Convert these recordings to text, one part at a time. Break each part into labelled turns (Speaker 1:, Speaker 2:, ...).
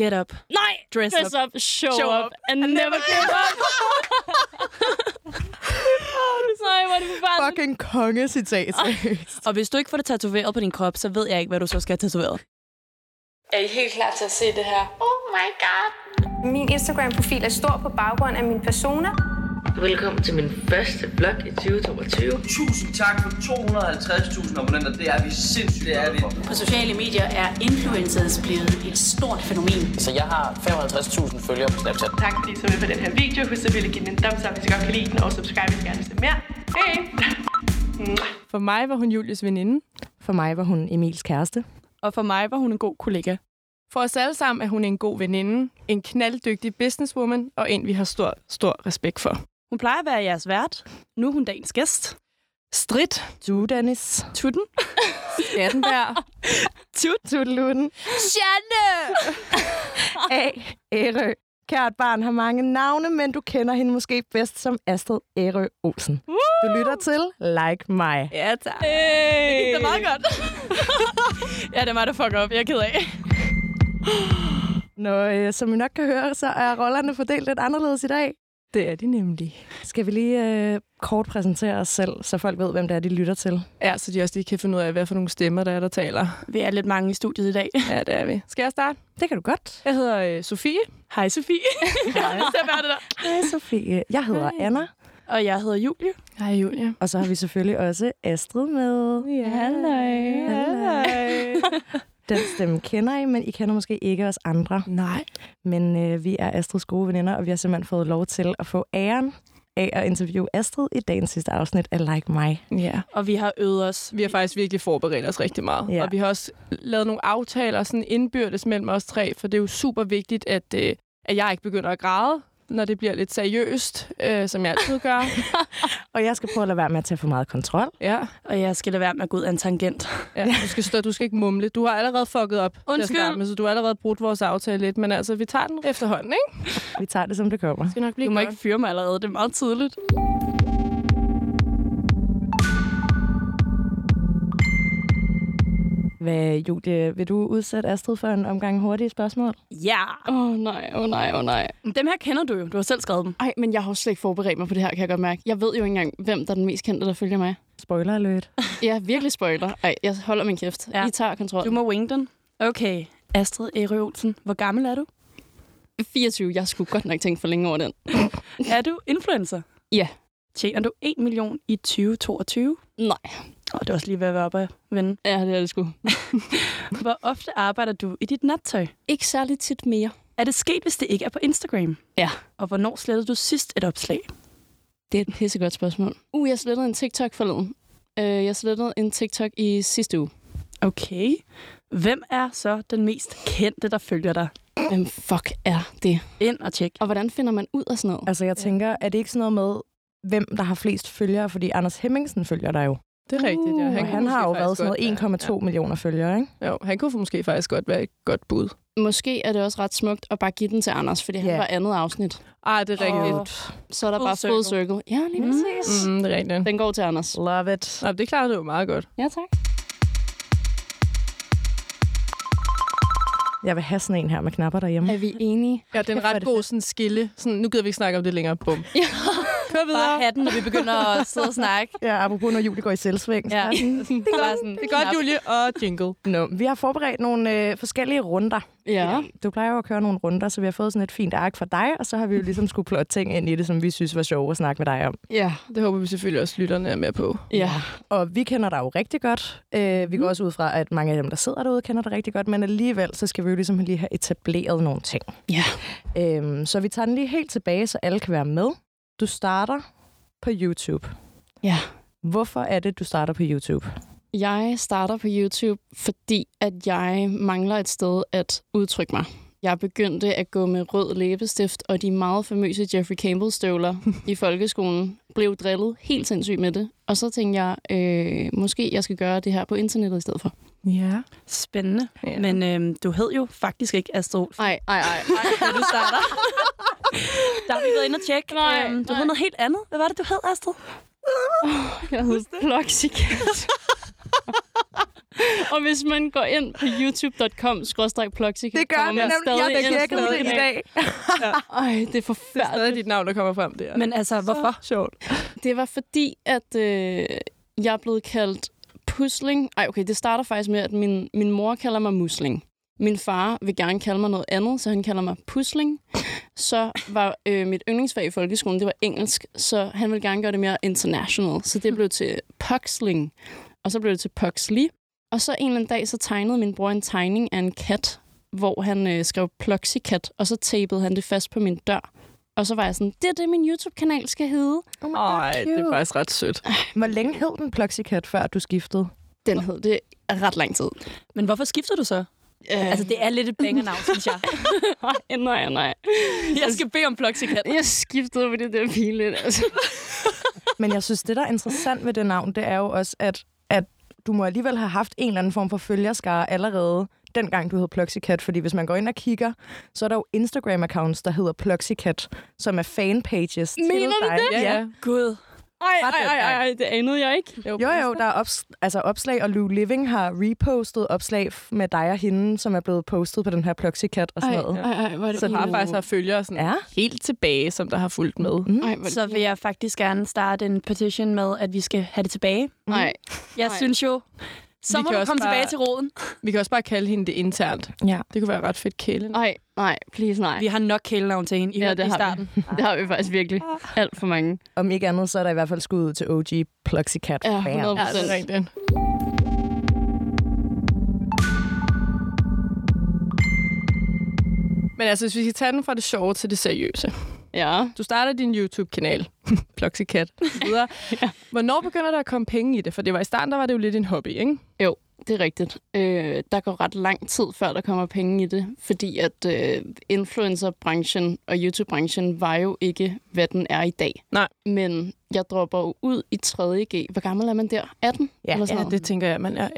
Speaker 1: Get up.
Speaker 2: Nej!
Speaker 1: Dress
Speaker 2: Dress up, show,
Speaker 1: Show
Speaker 2: up,
Speaker 1: up,
Speaker 2: and, never give up. Nej, hvor er det bare
Speaker 3: Fucking konge citat.
Speaker 1: Og hvis du ikke får det tatoveret på din krop, så ved jeg ikke, hvad du så skal have tatoveret.
Speaker 4: Er I helt klar til at se det her?
Speaker 5: Min Instagram-profil er stor på baggrund af min persona.
Speaker 6: Velkommen til min første blog i 2022.
Speaker 7: Tusind tak for 250.000 abonnenter. Det er vi sindssygt det er vi.
Speaker 8: På sociale medier er influencers blevet et stort fænomen.
Speaker 9: Så jeg har 55.000 følgere på Snapchat.
Speaker 10: Tak fordi I så med på den her video. Husk at ville give den en thumbs up, hvis I godt kan lide den, og subscribe, hvis I gerne vil se mere. Hej!
Speaker 3: For mig var hun Julies veninde. For mig var hun Emils kæreste. Og for mig var hun en god kollega. For os alle sammen er hun en god veninde, en knalddygtig businesswoman og en, vi har stor, stor respekt for.
Speaker 1: Hun plejer at være jeres vært. Nu er hun dagens gæst.
Speaker 3: Strid. Du, Dennis.
Speaker 1: Tutten.
Speaker 3: Skattenberg. Tut. Tutteluten.
Speaker 2: Janne!
Speaker 3: A. Ærø. Kært barn har mange navne, men du kender hende måske bedst som Astrid Ærø Olsen. Du lytter til Like Mig.
Speaker 1: Ja, tak.
Speaker 2: Hey.
Speaker 1: Det er meget godt. ja, det er mig, der fucker op. Jeg er ked af.
Speaker 3: Nå, øh, som I nok kan høre, så er rollerne fordelt lidt anderledes i dag. Det er de nemlig. Skal vi lige øh, kort præsentere os selv, så folk ved, hvem det er, de lytter til? Ja, så de også lige kan finde ud af, hvad for nogle stemmer der er, der taler.
Speaker 1: Vi er lidt mange i studiet i dag.
Speaker 3: Ja, det er vi. Skal jeg starte? Det kan du godt. Jeg hedder øh, Sofie.
Speaker 1: Hej, Sofie.
Speaker 3: Hej. Hej, Sofie. Jeg hedder
Speaker 1: Hej.
Speaker 3: Anna.
Speaker 1: Og jeg hedder Julie.
Speaker 3: Hej, Julia. Og så har vi selvfølgelig også Astrid med. Ja, halløj. Den stemme kender I, men I kender måske ikke os andre.
Speaker 1: Nej.
Speaker 3: Men øh, vi er Astrids gode veninder, og vi har simpelthen fået lov til at få æren af at interviewe Astrid i dagens sidste afsnit af Like Mig.
Speaker 11: Ja,
Speaker 1: Og vi har øvet os.
Speaker 11: vi har faktisk virkelig forberedt os rigtig meget.
Speaker 3: Ja.
Speaker 11: Ja. Og vi har også lavet nogle aftaler sådan indbyrdes mellem os tre, for det er jo super vigtigt, at, øh, at jeg ikke begynder at græde, når det bliver lidt seriøst, øh, som jeg altid gør.
Speaker 3: Og jeg skal prøve at lade være med at tage for meget kontrol.
Speaker 11: ja.
Speaker 1: Og jeg skal lade være med at gå ud af en tangent.
Speaker 11: ja. Du, skal stå, du skal ikke mumle. Du har allerede fucket op til at
Speaker 1: Undskyld.
Speaker 11: starte med, så du har allerede brudt vores aftale lidt. Men altså, vi tager den efterhånden, ikke? Det
Speaker 3: Vi tager det, som det kommer.
Speaker 11: skal nok blive
Speaker 1: Du må
Speaker 11: godt.
Speaker 1: ikke fyre mig allerede. Det er meget tidligt.
Speaker 3: Hvad, Julie, vil du udsætte Astrid for en omgang hurtige spørgsmål?
Speaker 1: Ja.
Speaker 10: Åh oh, nej, åh oh, nej, åh oh, nej.
Speaker 1: Men Dem her kender du jo. Du har selv skrevet dem.
Speaker 10: Ej, men jeg har jo slet ikke forberedt mig på det her, kan jeg godt mærke. Jeg ved jo ikke engang, hvem der er den mest kendte, der følger mig.
Speaker 3: Spoiler alert.
Speaker 10: Ja, virkelig spoiler. Ej, jeg holder min kæft.
Speaker 1: Ja.
Speaker 10: Ja. I tager kontrol.
Speaker 1: Du må wing den. Okay. Astrid Ærø Olsen, hvor gammel er du?
Speaker 10: 24. Jeg skulle godt nok tænke for længe over den.
Speaker 1: Er du influencer?
Speaker 10: Ja.
Speaker 1: Tjener du 1 million i 2022?
Speaker 10: Nej,
Speaker 1: Og det er også lige ved at være oppe at vende.
Speaker 10: ja, det er det sgu.
Speaker 1: Hvor ofte arbejder du i dit nattøj?
Speaker 10: Ikke særlig tit mere.
Speaker 1: Er det sket, hvis det ikke er på Instagram?
Speaker 10: Ja.
Speaker 1: Og hvornår slettede du sidst et opslag?
Speaker 10: Det er et pissegodt spørgsmål. Uh, jeg slettede en TikTok forleden. Uh, jeg slettede en TikTok i sidste uge.
Speaker 1: Okay. Hvem er så den mest kendte, der følger dig?
Speaker 10: Hvem fuck er det?
Speaker 1: Ind og tjek.
Speaker 10: Og hvordan finder man ud af sådan noget?
Speaker 3: Altså, jeg tænker, er det ikke sådan noget med, hvem der har flest følgere? Fordi Anders Hemmingsen følger dig jo.
Speaker 11: Det er rigtigt, ja.
Speaker 3: Han,
Speaker 11: Uh, kunne
Speaker 3: han har
Speaker 11: måske
Speaker 3: jo
Speaker 11: faktisk
Speaker 3: været sådan
Speaker 11: godt
Speaker 3: noget 1,2 ja. millioner følgere, ikke?
Speaker 11: Ja. Jo, han kunne måske faktisk godt være et godt bud.
Speaker 10: Måske er det også ret smukt at bare give den til Anders, fordi
Speaker 3: Ja.
Speaker 10: han var andet afsnit.
Speaker 11: Ah, det er rigtigt.
Speaker 10: Så er der
Speaker 1: Full
Speaker 10: bare full circle. Ja, lige mm.
Speaker 11: Mm, det er rigtigt.
Speaker 10: Den går til Anders.
Speaker 3: Love it.
Speaker 11: Nå, det klarede du jo meget godt.
Speaker 10: Ja, tak.
Speaker 3: Jeg vil have sådan en her med knapper derhjemme.
Speaker 10: Er vi enige?
Speaker 11: Ja, det er en
Speaker 3: Hvor er
Speaker 11: ret
Speaker 3: det
Speaker 11: god sådan, skille. Sådan, nu gider vi ikke snakke om det længere. Bum.
Speaker 10: Ja.
Speaker 11: Kør
Speaker 1: Bare
Speaker 11: videre.
Speaker 1: have den, når vi begynder at sidde og snakke.
Speaker 3: Ja, apropos når Julie går i selvsving.
Speaker 1: Ja. Det er, sådan,
Speaker 11: Det er godt, Julie. Og jingle.
Speaker 3: Nå, vi har forberedt nogle øh, forskellige runder. Øh,
Speaker 10: Ja.
Speaker 3: Du plejer jo at køre nogle runder, så vi har fået sådan et fint ark fra dig, og så har vi jo ligesom skulle plotte ting ind i det, som vi synes var sjove at snakke med dig om.
Speaker 10: Ja.
Speaker 11: Det håber vi selvfølgelig også, lytterne er med på.
Speaker 10: Ja.
Speaker 3: Og vi kender dig jo rigtig godt. Øh, vi
Speaker 11: Mm.
Speaker 3: går også ud fra, at mange af dem, der sidder derude, kender dig rigtig godt, men alligevel, så skal vi jo ligesom lige have etableret nogle ting.
Speaker 10: Ja.
Speaker 3: Øhm, så vi tager den lige helt tilbage, så alle kan være med. Du starter på YouTube.
Speaker 10: Ja.
Speaker 3: Hvorfor er det, du starter på YouTube?
Speaker 10: Jeg starter på YouTube, fordi at jeg mangler et sted at udtrykke mig. Jeg begyndte at gå med rød læbestift og de meget famøse Jeffrey Campbell-støvler i folkeskolen. Blev drillet helt sindssygt med det. Og så tænkte jeg, øh, måske jeg skal gøre det her på internettet i stedet for.
Speaker 11: Ja.
Speaker 1: Spændende.
Speaker 11: Ja.
Speaker 1: Men øhm, du hed jo faktisk ikke Astrid Olsen,
Speaker 10: Nej, nej, nej.
Speaker 1: da du starter. der har vi været inde og tjekke.
Speaker 10: Nej,
Speaker 1: Øhm, du
Speaker 10: nej.
Speaker 1: hed noget helt andet. Hvad var det, du hed, Astrid?
Speaker 10: Jeg hedder Ploxicat. Og hvis man går ind på youtube.com plugsy
Speaker 11: Det gør den nemlig. Jeg bekræftede det i dag.
Speaker 10: ja. Ej, det er
Speaker 11: Det er
Speaker 10: forfærdeligt.
Speaker 11: stadig dit navn, der kommer frem der.
Speaker 10: Men altså, hvorfor?
Speaker 11: Så sjovt.
Speaker 10: Det var fordi, at øh, jeg er blevet kaldt pusling. Ej, okay, det starter faktisk med, at min, min mor kalder mig musling. Min far vil gerne kalde mig noget andet, så han kalder mig pusling. Så var øh, mit yndlingsfag i folkeskolen, det var engelsk, så han ville gerne gøre det mere international. Så det blev til puxling, og så blev det til puxley. Og så en eller anden dag, så tegnede min bror en tegning af en kat, hvor han øh, skrev Pluxycat, og så tapede han det fast på min dør. Og så var jeg sådan, det er det, min YouTube-kanal skal hedde.
Speaker 11: Oh Ej, det er faktisk ret sødt.
Speaker 10: Hvor længe hed den Pluxycat, før du skiftede? Den hed det ret lang tid.
Speaker 1: Men hvorfor skifter du så?
Speaker 10: Øh.
Speaker 1: Altså, det er lidt et bangernavn, synes jeg.
Speaker 10: nej, nej.
Speaker 1: Jeg skal bede om Pluxycat.
Speaker 10: Jeg skiftede, fordi det er pinligt. Altså.
Speaker 3: Men jeg synes, det, der er interessant ved det navn, det er jo også, at, at du må alligevel have haft en eller anden form for følgerskare allerede dengang du hed Pluxycat, fordi hvis man går ind og kigger, så er der jo Instagram-accounts, der hedder Pluxycat, som er fanpages til
Speaker 10: Mener du
Speaker 3: dig.
Speaker 10: det?
Speaker 3: Ja.
Speaker 1: Gud.
Speaker 10: Ej,
Speaker 3: Fra
Speaker 10: ej, ej,
Speaker 3: dengang.
Speaker 10: ej, ej, det anede jeg ikke.
Speaker 3: Jo, jo, der er ops- altså opslag, og Lou Living har repostet opslag f- med dig og hende, som er blevet postet på den her Pluxycat og sådan
Speaker 11: Ej,
Speaker 3: noget.
Speaker 10: ej, ej, hvor er
Speaker 11: Så har faktisk har følgere sådan ja. helt tilbage, som der har fulgt med. Mm.
Speaker 10: Ej,
Speaker 1: Så vil jeg faktisk gerne starte en petition med, at vi skal have det tilbage.
Speaker 10: Nej.
Speaker 1: Jeg synes jo, så må du komme tilbage til roden.
Speaker 11: Vi kan også bare kalde hende det internt.
Speaker 3: Ja.
Speaker 11: Det kunne være ret fedt kælen.
Speaker 10: Nej, nej, please nej.
Speaker 1: Vi har nok kælenavn til hende i,
Speaker 10: Ja,
Speaker 1: ja,
Speaker 10: det
Speaker 1: i
Speaker 10: har vi.
Speaker 1: starten.
Speaker 10: Det har vi faktisk virkelig. Alt for mange.
Speaker 3: Om ikke andet, så er der i hvert fald skud ud til OG Pluxycat.
Speaker 10: Ja,
Speaker 3: fans.
Speaker 10: 100
Speaker 11: Ja, det er rigtigt. Men altså, hvis vi skal tage den fra det sjove til det seriøse.
Speaker 10: Ja.
Speaker 11: Du starter din YouTube-kanal, Pluxycat, og så videre. ja. Hvornår begynder der at komme penge i det? For det var i starten, der var det jo lidt en hobby, ikke?
Speaker 10: Jo, det er rigtigt. Øh, der går ret lang tid, før der kommer penge i det, fordi at øh, influencerbranchen og YouTube-branchen var jo ikke, hvad den er i dag.
Speaker 11: Nej.
Speaker 10: Men jeg dropper jo ud i 3.G. Hvor gammel er man der? 18?
Speaker 11: Ja, ja, det tænker jeg, man er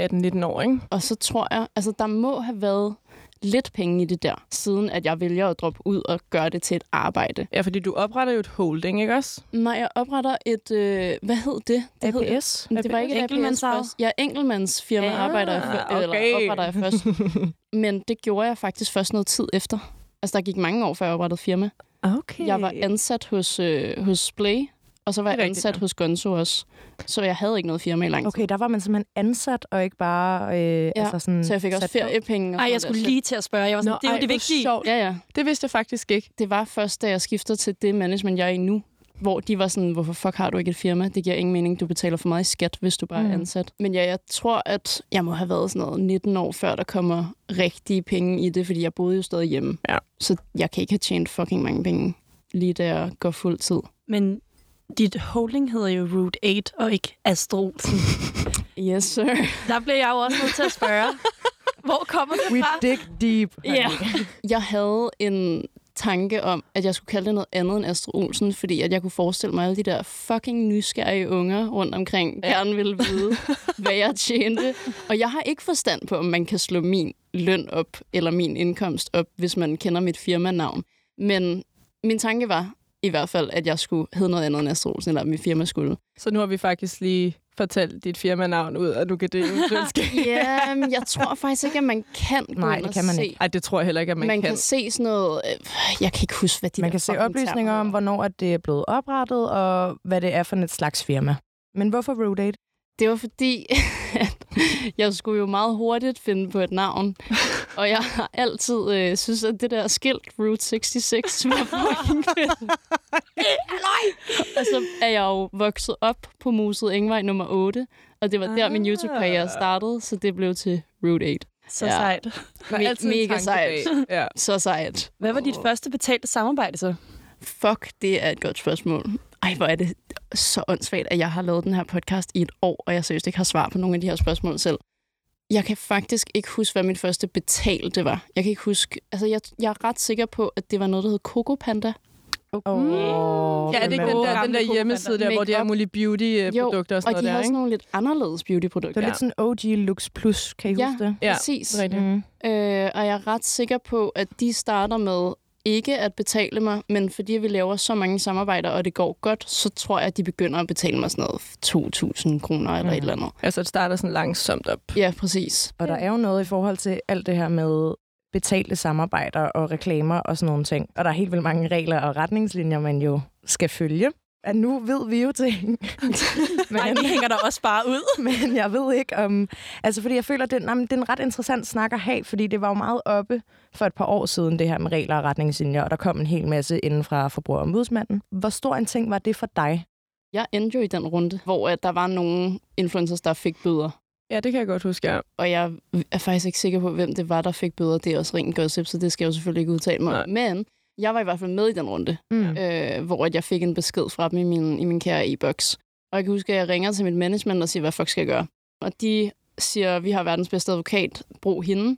Speaker 11: 18-19 år, ikke?
Speaker 10: Og så tror jeg, altså der må have været lidt penge i det der, siden at jeg vælger at droppe ud og gøre det til et arbejde.
Speaker 11: Ja, fordi du opretter jo et holding, ikke også?
Speaker 10: Nej, jeg opretter et, øh, hvad hed det? det hed,
Speaker 11: APS?
Speaker 10: Det var ikke et APS
Speaker 11: Enkeltmandsarv?
Speaker 10: først. Ja, enkeltmandsfirma
Speaker 11: Ah,
Speaker 10: ah, arbejder jeg fø-
Speaker 11: okay.
Speaker 10: eller opretter jeg først. Men det gjorde jeg faktisk først noget tid efter. Altså, der gik mange år, før jeg oprettede firma.
Speaker 11: Okay.
Speaker 10: Jeg var ansat hos, øh, hos Play, og så var jeg ansat hos Gonzo også. Så jeg havde ikke noget firma i lang tid.
Speaker 3: Okay, der var man simpelthen ansat, og ikke bare... Øh, ja, altså sådan
Speaker 10: så jeg fik også
Speaker 3: sat på.
Speaker 10: feriepenge.
Speaker 1: Ej, jeg skulle lige til at spørge. Jeg var sådan, det er jo det vigtige.
Speaker 10: Ja, ja.
Speaker 11: Det vidste jeg faktisk ikke.
Speaker 10: Det var først, da jeg skifter til det management, jeg er i nu, hvor de var sådan, hvorfor fuck har du ikke et firma? Det giver ingen mening, du betaler for meget i skat, hvis du bare mm.
Speaker 11: Mm.
Speaker 10: er ansat. Men ja, jeg tror, at jeg må have været sådan noget 19 år, før der kommer rigtige penge i det, fordi jeg boede jo stadig hjemme.
Speaker 11: Ja.
Speaker 10: Så jeg kan ikke have tjent fucking mange penge, lige da jeg går fuld tid.
Speaker 1: Men dit holding hedder jo Route 8, og ikke Astrolsen.
Speaker 10: Yes, sir.
Speaker 1: Der bliver jeg jo også nødt til at spørge. Hvor kommer det
Speaker 3: We
Speaker 1: fra?
Speaker 3: dig deep.
Speaker 10: Ja. Jeg havde en tanke om, at jeg skulle kalde det noget andet end Astro Olsen, fordi at jeg kunne forestille mig alle de der fucking nysgerrige unger rundt omkring, ja. gerne ville vide, hvad jeg tjente. Og jeg har ikke forstand på, om man kan slå min løn op, eller min indkomst op, hvis man kender mit firmanavn. Men min tanke var i hvert fald, at jeg skulle hedde noget andet end Astro Olsen, eller at mit firma skulle.
Speaker 11: Så nu har vi faktisk lige fortalt dit firmanavn ud, og du kan det eventuelt ske.
Speaker 10: Ja, men jeg tror faktisk ikke, at man kan gå
Speaker 11: Nej,
Speaker 10: ind
Speaker 11: det
Speaker 10: og
Speaker 11: kan man
Speaker 10: se.
Speaker 11: ikke. Ej, det tror jeg heller ikke, at
Speaker 10: Man,
Speaker 11: man,
Speaker 10: man kan. kan se sådan noget... øh, Jeg kan ikke huske, hvad de
Speaker 3: Man
Speaker 10: der
Speaker 3: kan se
Speaker 10: fucking
Speaker 3: oplysninger
Speaker 10: termer
Speaker 3: om, hvornår at det er blevet oprettet, og hvad det er for et slags firma. Men hvorfor Route 8?
Speaker 10: Det var fordi, at jeg skulle jo meget hurtigt finde på et navn. Og jeg har altid øh, synes, at det der skilt Route 66 var fucking fedt. og så er jeg jo vokset op på Muset Engvej nummer 8. Og det var der,
Speaker 1: Ah.
Speaker 10: min YouTube-karriere startede, så det blev til Route 8.
Speaker 1: Så sejt.
Speaker 10: Me- mega sejt.
Speaker 11: Ja.
Speaker 10: Så sejt.
Speaker 1: Hvad var dit første betalte samarbejde så?
Speaker 10: Fuck, det er et godt spørgsmål. Ej, hvor er det så åndssvagt, at jeg har lavet den her podcast i et år, og jeg seriøst ikke har svar på nogle af de her spørgsmål selv. Jeg kan faktisk ikke huske, hvad min første betalte var. Jeg kan ikke huske... Altså, jeg, jeg er ret sikker på, at det var noget, der hed Coco Panda.
Speaker 3: Okay. Oh,
Speaker 11: Ja, er det ikke den der, den der hjemmeside der, hvor de har mulige beauty-produkter og sådan
Speaker 10: og
Speaker 11: noget
Speaker 10: de
Speaker 11: der,
Speaker 10: havde sådan
Speaker 11: ikke?
Speaker 10: nogle lidt anderledes
Speaker 3: Det
Speaker 10: beautyprodukter.
Speaker 3: var lidt sådan OG Lux Plus, kan I
Speaker 10: Ja,
Speaker 3: huske det?
Speaker 10: ja præcis.
Speaker 3: Mm.
Speaker 10: Øh, og jeg er ret sikker på, at de starter med ikke at betale mig, men fordi vi laver så mange samarbejder, og det går godt, så tror jeg, at de begynder at betale mig sådan noget 2.000 kroner eller mm. et eller andet.
Speaker 11: Altså, det starter sådan langsomt op.
Speaker 10: Ja, præcis.
Speaker 3: Og der er jo noget i forhold til alt det her med betalte samarbejder og reklamer og sådan nogle ting. Og der er helt vildt mange regler og retningslinjer, man jo skal følge. At nu ved vi jo ting.
Speaker 1: Men Ej, det hænger der også bare ud.
Speaker 3: Men jeg ved ikke om... Altså, fordi jeg føler, at det, nej, men det er en ret interessant snak at have, fordi det var jo meget oppe for et par år siden, det her med regler og retningslinjer, og der kom en hel masse inden fra forbrugerombudsmanden. Hvor stor en ting var det for dig?
Speaker 10: Jeg endte jo i den runde, hvor at der var nogle influencers, der fik bøder.
Speaker 11: Ja, det kan jeg godt huske, ja.
Speaker 10: Og jeg er faktisk ikke sikker på, hvem det var, der fik bøder. Det er også rent gossip, så det skal jeg jo selvfølgelig ikke udtale mig om. Men jeg var i hvert fald med i den runde, mm. øh, hvor at jeg fik en besked fra dem i min, i min kære e-boks. Og jeg kan huske, at jeg ringer til mit management og siger, hvad fuck skal jeg gøre? Og de siger, vi har verdens bedste advokat, brug hende.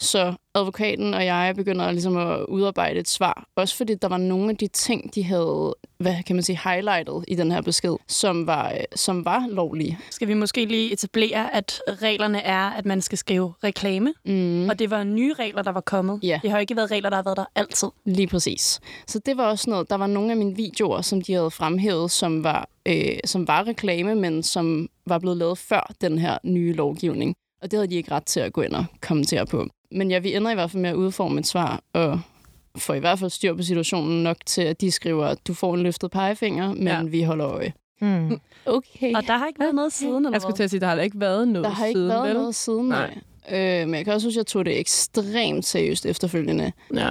Speaker 10: Så advokaten og jeg begynder ligesom at udarbejde et svar. Også fordi der var nogle af de ting, de havde, hvad kan man sige, highlightet i den her besked, som var, øh, som var lovlige.
Speaker 1: Skal vi måske lige etablere, at reglerne er, at man skal skrive reklame, mm. og det var nye regler, der var kommet.
Speaker 10: Ja.
Speaker 1: Det har ikke været regler, der har været der altid.
Speaker 10: Lige præcis. Så det var også noget, der var nogle af mine videoer, som de havde fremhævet, som var, øh, som var reklame, men som var blevet lavet før den her nye lovgivning. Og det havde de ikke ret til at gå ind og kommentere på. Men ja, vi ender i hvert fald med at udforme et svar, og får i hvert fald styr på situationen nok til, at de skriver, at du får en løftet pegefinger, men ja. vi holder øje.
Speaker 3: Mm.
Speaker 10: Okay.
Speaker 1: Og der har ikke været noget siden, eller
Speaker 11: Jeg skulle til at sige, der har ikke været noget
Speaker 10: Der har ikke
Speaker 11: siden,
Speaker 10: været
Speaker 11: vel?
Speaker 10: noget siden, nej. Øh, men jeg kan også huske, at jeg tog det ekstremt seriøst efterfølgende.
Speaker 11: Ja.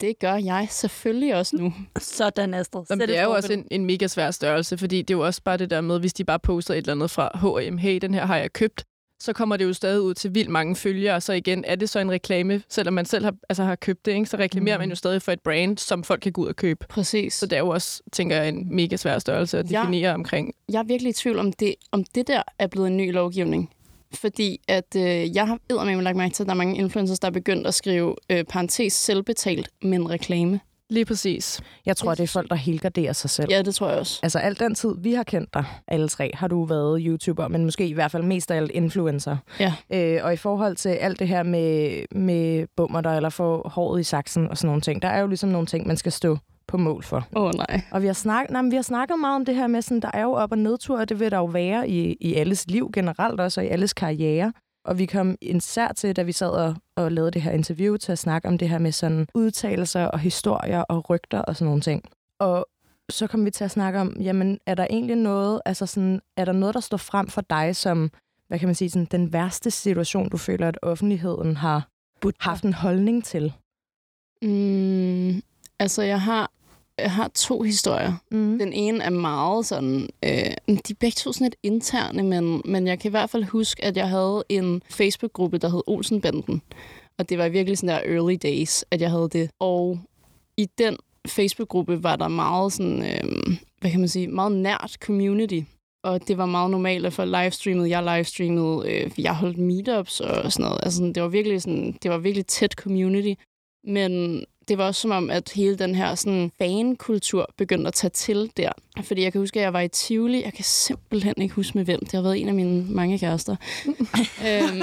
Speaker 10: Det gør jeg selvfølgelig også nu.
Speaker 1: Sådan, Astrid.
Speaker 11: Jamen,
Speaker 1: Sæt
Speaker 11: det
Speaker 1: et
Speaker 11: er jo også
Speaker 1: forbillede.
Speaker 11: en, en mega svær størrelse, fordi det er jo også bare det der med, hvis de bare poster et eller andet fra H&M, hey, den her har jeg købt, så kommer det jo stadig ud til vildt mange følgere, og så igen, er det så en reklame, selvom man selv har, altså har købt det, ikke? så reklamerer mm. man jo stadig for et brand, som folk kan gå ud og købe.
Speaker 10: Præcis.
Speaker 11: Så det er jo også, tænker jeg, en mega svær størrelse at
Speaker 10: Ja.
Speaker 11: definere ja. omkring.
Speaker 10: Jeg er virkelig i tvivl om det, om det der er blevet en ny lovgivning. Fordi at øh, jeg har eddermame lagt mærke til, at der er mange influencers, der er begyndt at skrive øh, parentes selvbetalt, men reklame.
Speaker 11: Lige præcis.
Speaker 3: Jeg tror, det er folk, der helgarderer sig selv.
Speaker 10: Ja, det tror jeg også.
Speaker 3: Altså alt den tid, vi har kendt dig, alle tre, har du været YouTuber, men måske i hvert fald mest af alt influencer.
Speaker 10: Ja.
Speaker 3: Øh, og i forhold til alt det her med, med bummer der, eller få håret i saksen og sådan nogle ting, der er jo ligesom nogle ting, man skal stå på mål for.
Speaker 10: Åh oh, nej.
Speaker 3: Og vi har, snak, nej, men vi har snakket meget om det her med, sådan, der er jo op- og nedtur, og det vil der jo være i, i alles liv generelt også, og i alles karriere. Og vi kom især til, da vi sad og, og lavede det her interview, til at snakke om det her med sådan udtalelser og historier og rygter og sådan nogle ting. Og så kom vi til at snakke om, jamen er der egentlig noget, altså sådan, er der noget, der står frem for dig som, hvad kan man sige, sådan, den værste situation, du føler, at offentligheden har haft en holdning til?
Speaker 10: Mm, altså, jeg har, jeg har to historier.
Speaker 3: Mm.
Speaker 10: Den ene er meget sådan... Øh, de er begge to sådan lidt interne, men, men jeg kan i hvert fald huske, at jeg havde en Facebook-gruppe, der hed Olsenbanden. Og det var virkelig sådan der early days, at jeg havde det. Og i den Facebook-gruppe var der meget sådan... Øh, hvad kan man sige? Meget nært community. Og det var meget normalt at få livestreamet. Jeg livestreamede, øh, jeg holdt meetups og sådan noget. Altså, sådan, det var virkelig sådan, det var virkelig tæt community. Men det var også som om, at hele den her sådan, fankultur begyndte at tage til der. Fordi jeg kan huske, at jeg var i Tivoli. Jeg kan simpelthen ikke huske med hvem. Det har været en af mine mange kærester. øhm,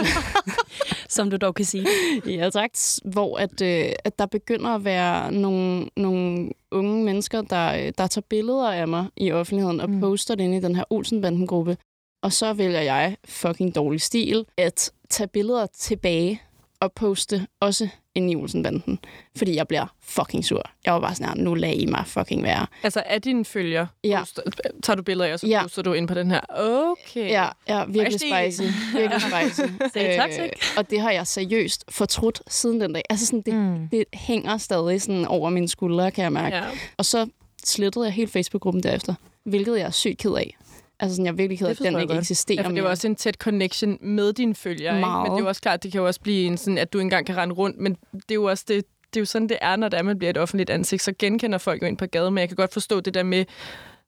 Speaker 1: Som du dog kan sige.
Speaker 10: ja, tak. Hvor at, øh, at der begynder at være nogle, nogle unge mennesker, der, øh, der tager billeder af mig i offentligheden og mm. poster det inde i den her Olsenbanden-gruppe. Og så vælger jeg, fucking dårlig stil, at tage billeder tilbage og poste også inde i Olsenbanden. Fordi jeg bliver fucking sur. Jeg var bare sådan her, nu lad I mig fucking være.
Speaker 11: Altså, er dine følger,
Speaker 10: Ja.
Speaker 11: poster, tager du billeder af, og så
Speaker 10: Ja.
Speaker 11: ja. poster du ind på den her? Okay.
Speaker 10: Ja, ja virkelig
Speaker 11: Spicy.
Speaker 10: spicy. Virkelig spicy. Øh,
Speaker 1: Say toxic.
Speaker 10: og det har jeg seriøst fortrudt siden den dag. Altså sådan, det, mm. det hænger stadig sådan over mine skuldre, kan jeg mærke.
Speaker 11: Ja.
Speaker 10: Og så slettede jeg helt Facebook-gruppen derefter, hvilket jeg er sygt ked af. Altså sådan, jeg er virkelig ked af, at den ikke
Speaker 11: ja,
Speaker 10: eksisterer
Speaker 11: for det var
Speaker 10: mere.
Speaker 11: også en tæt connection med dine følgere. Ikke? Men
Speaker 10: Meget.
Speaker 11: det er jo også klart, det kan jo også blive en sådan, at du ikke engang kan rende rundt, men det er jo også det, det er jo sådan, det er, når det er, man bliver et offentligt ansigt. Så genkender folk jo ind på gaden, men jeg kan godt forstå det der med,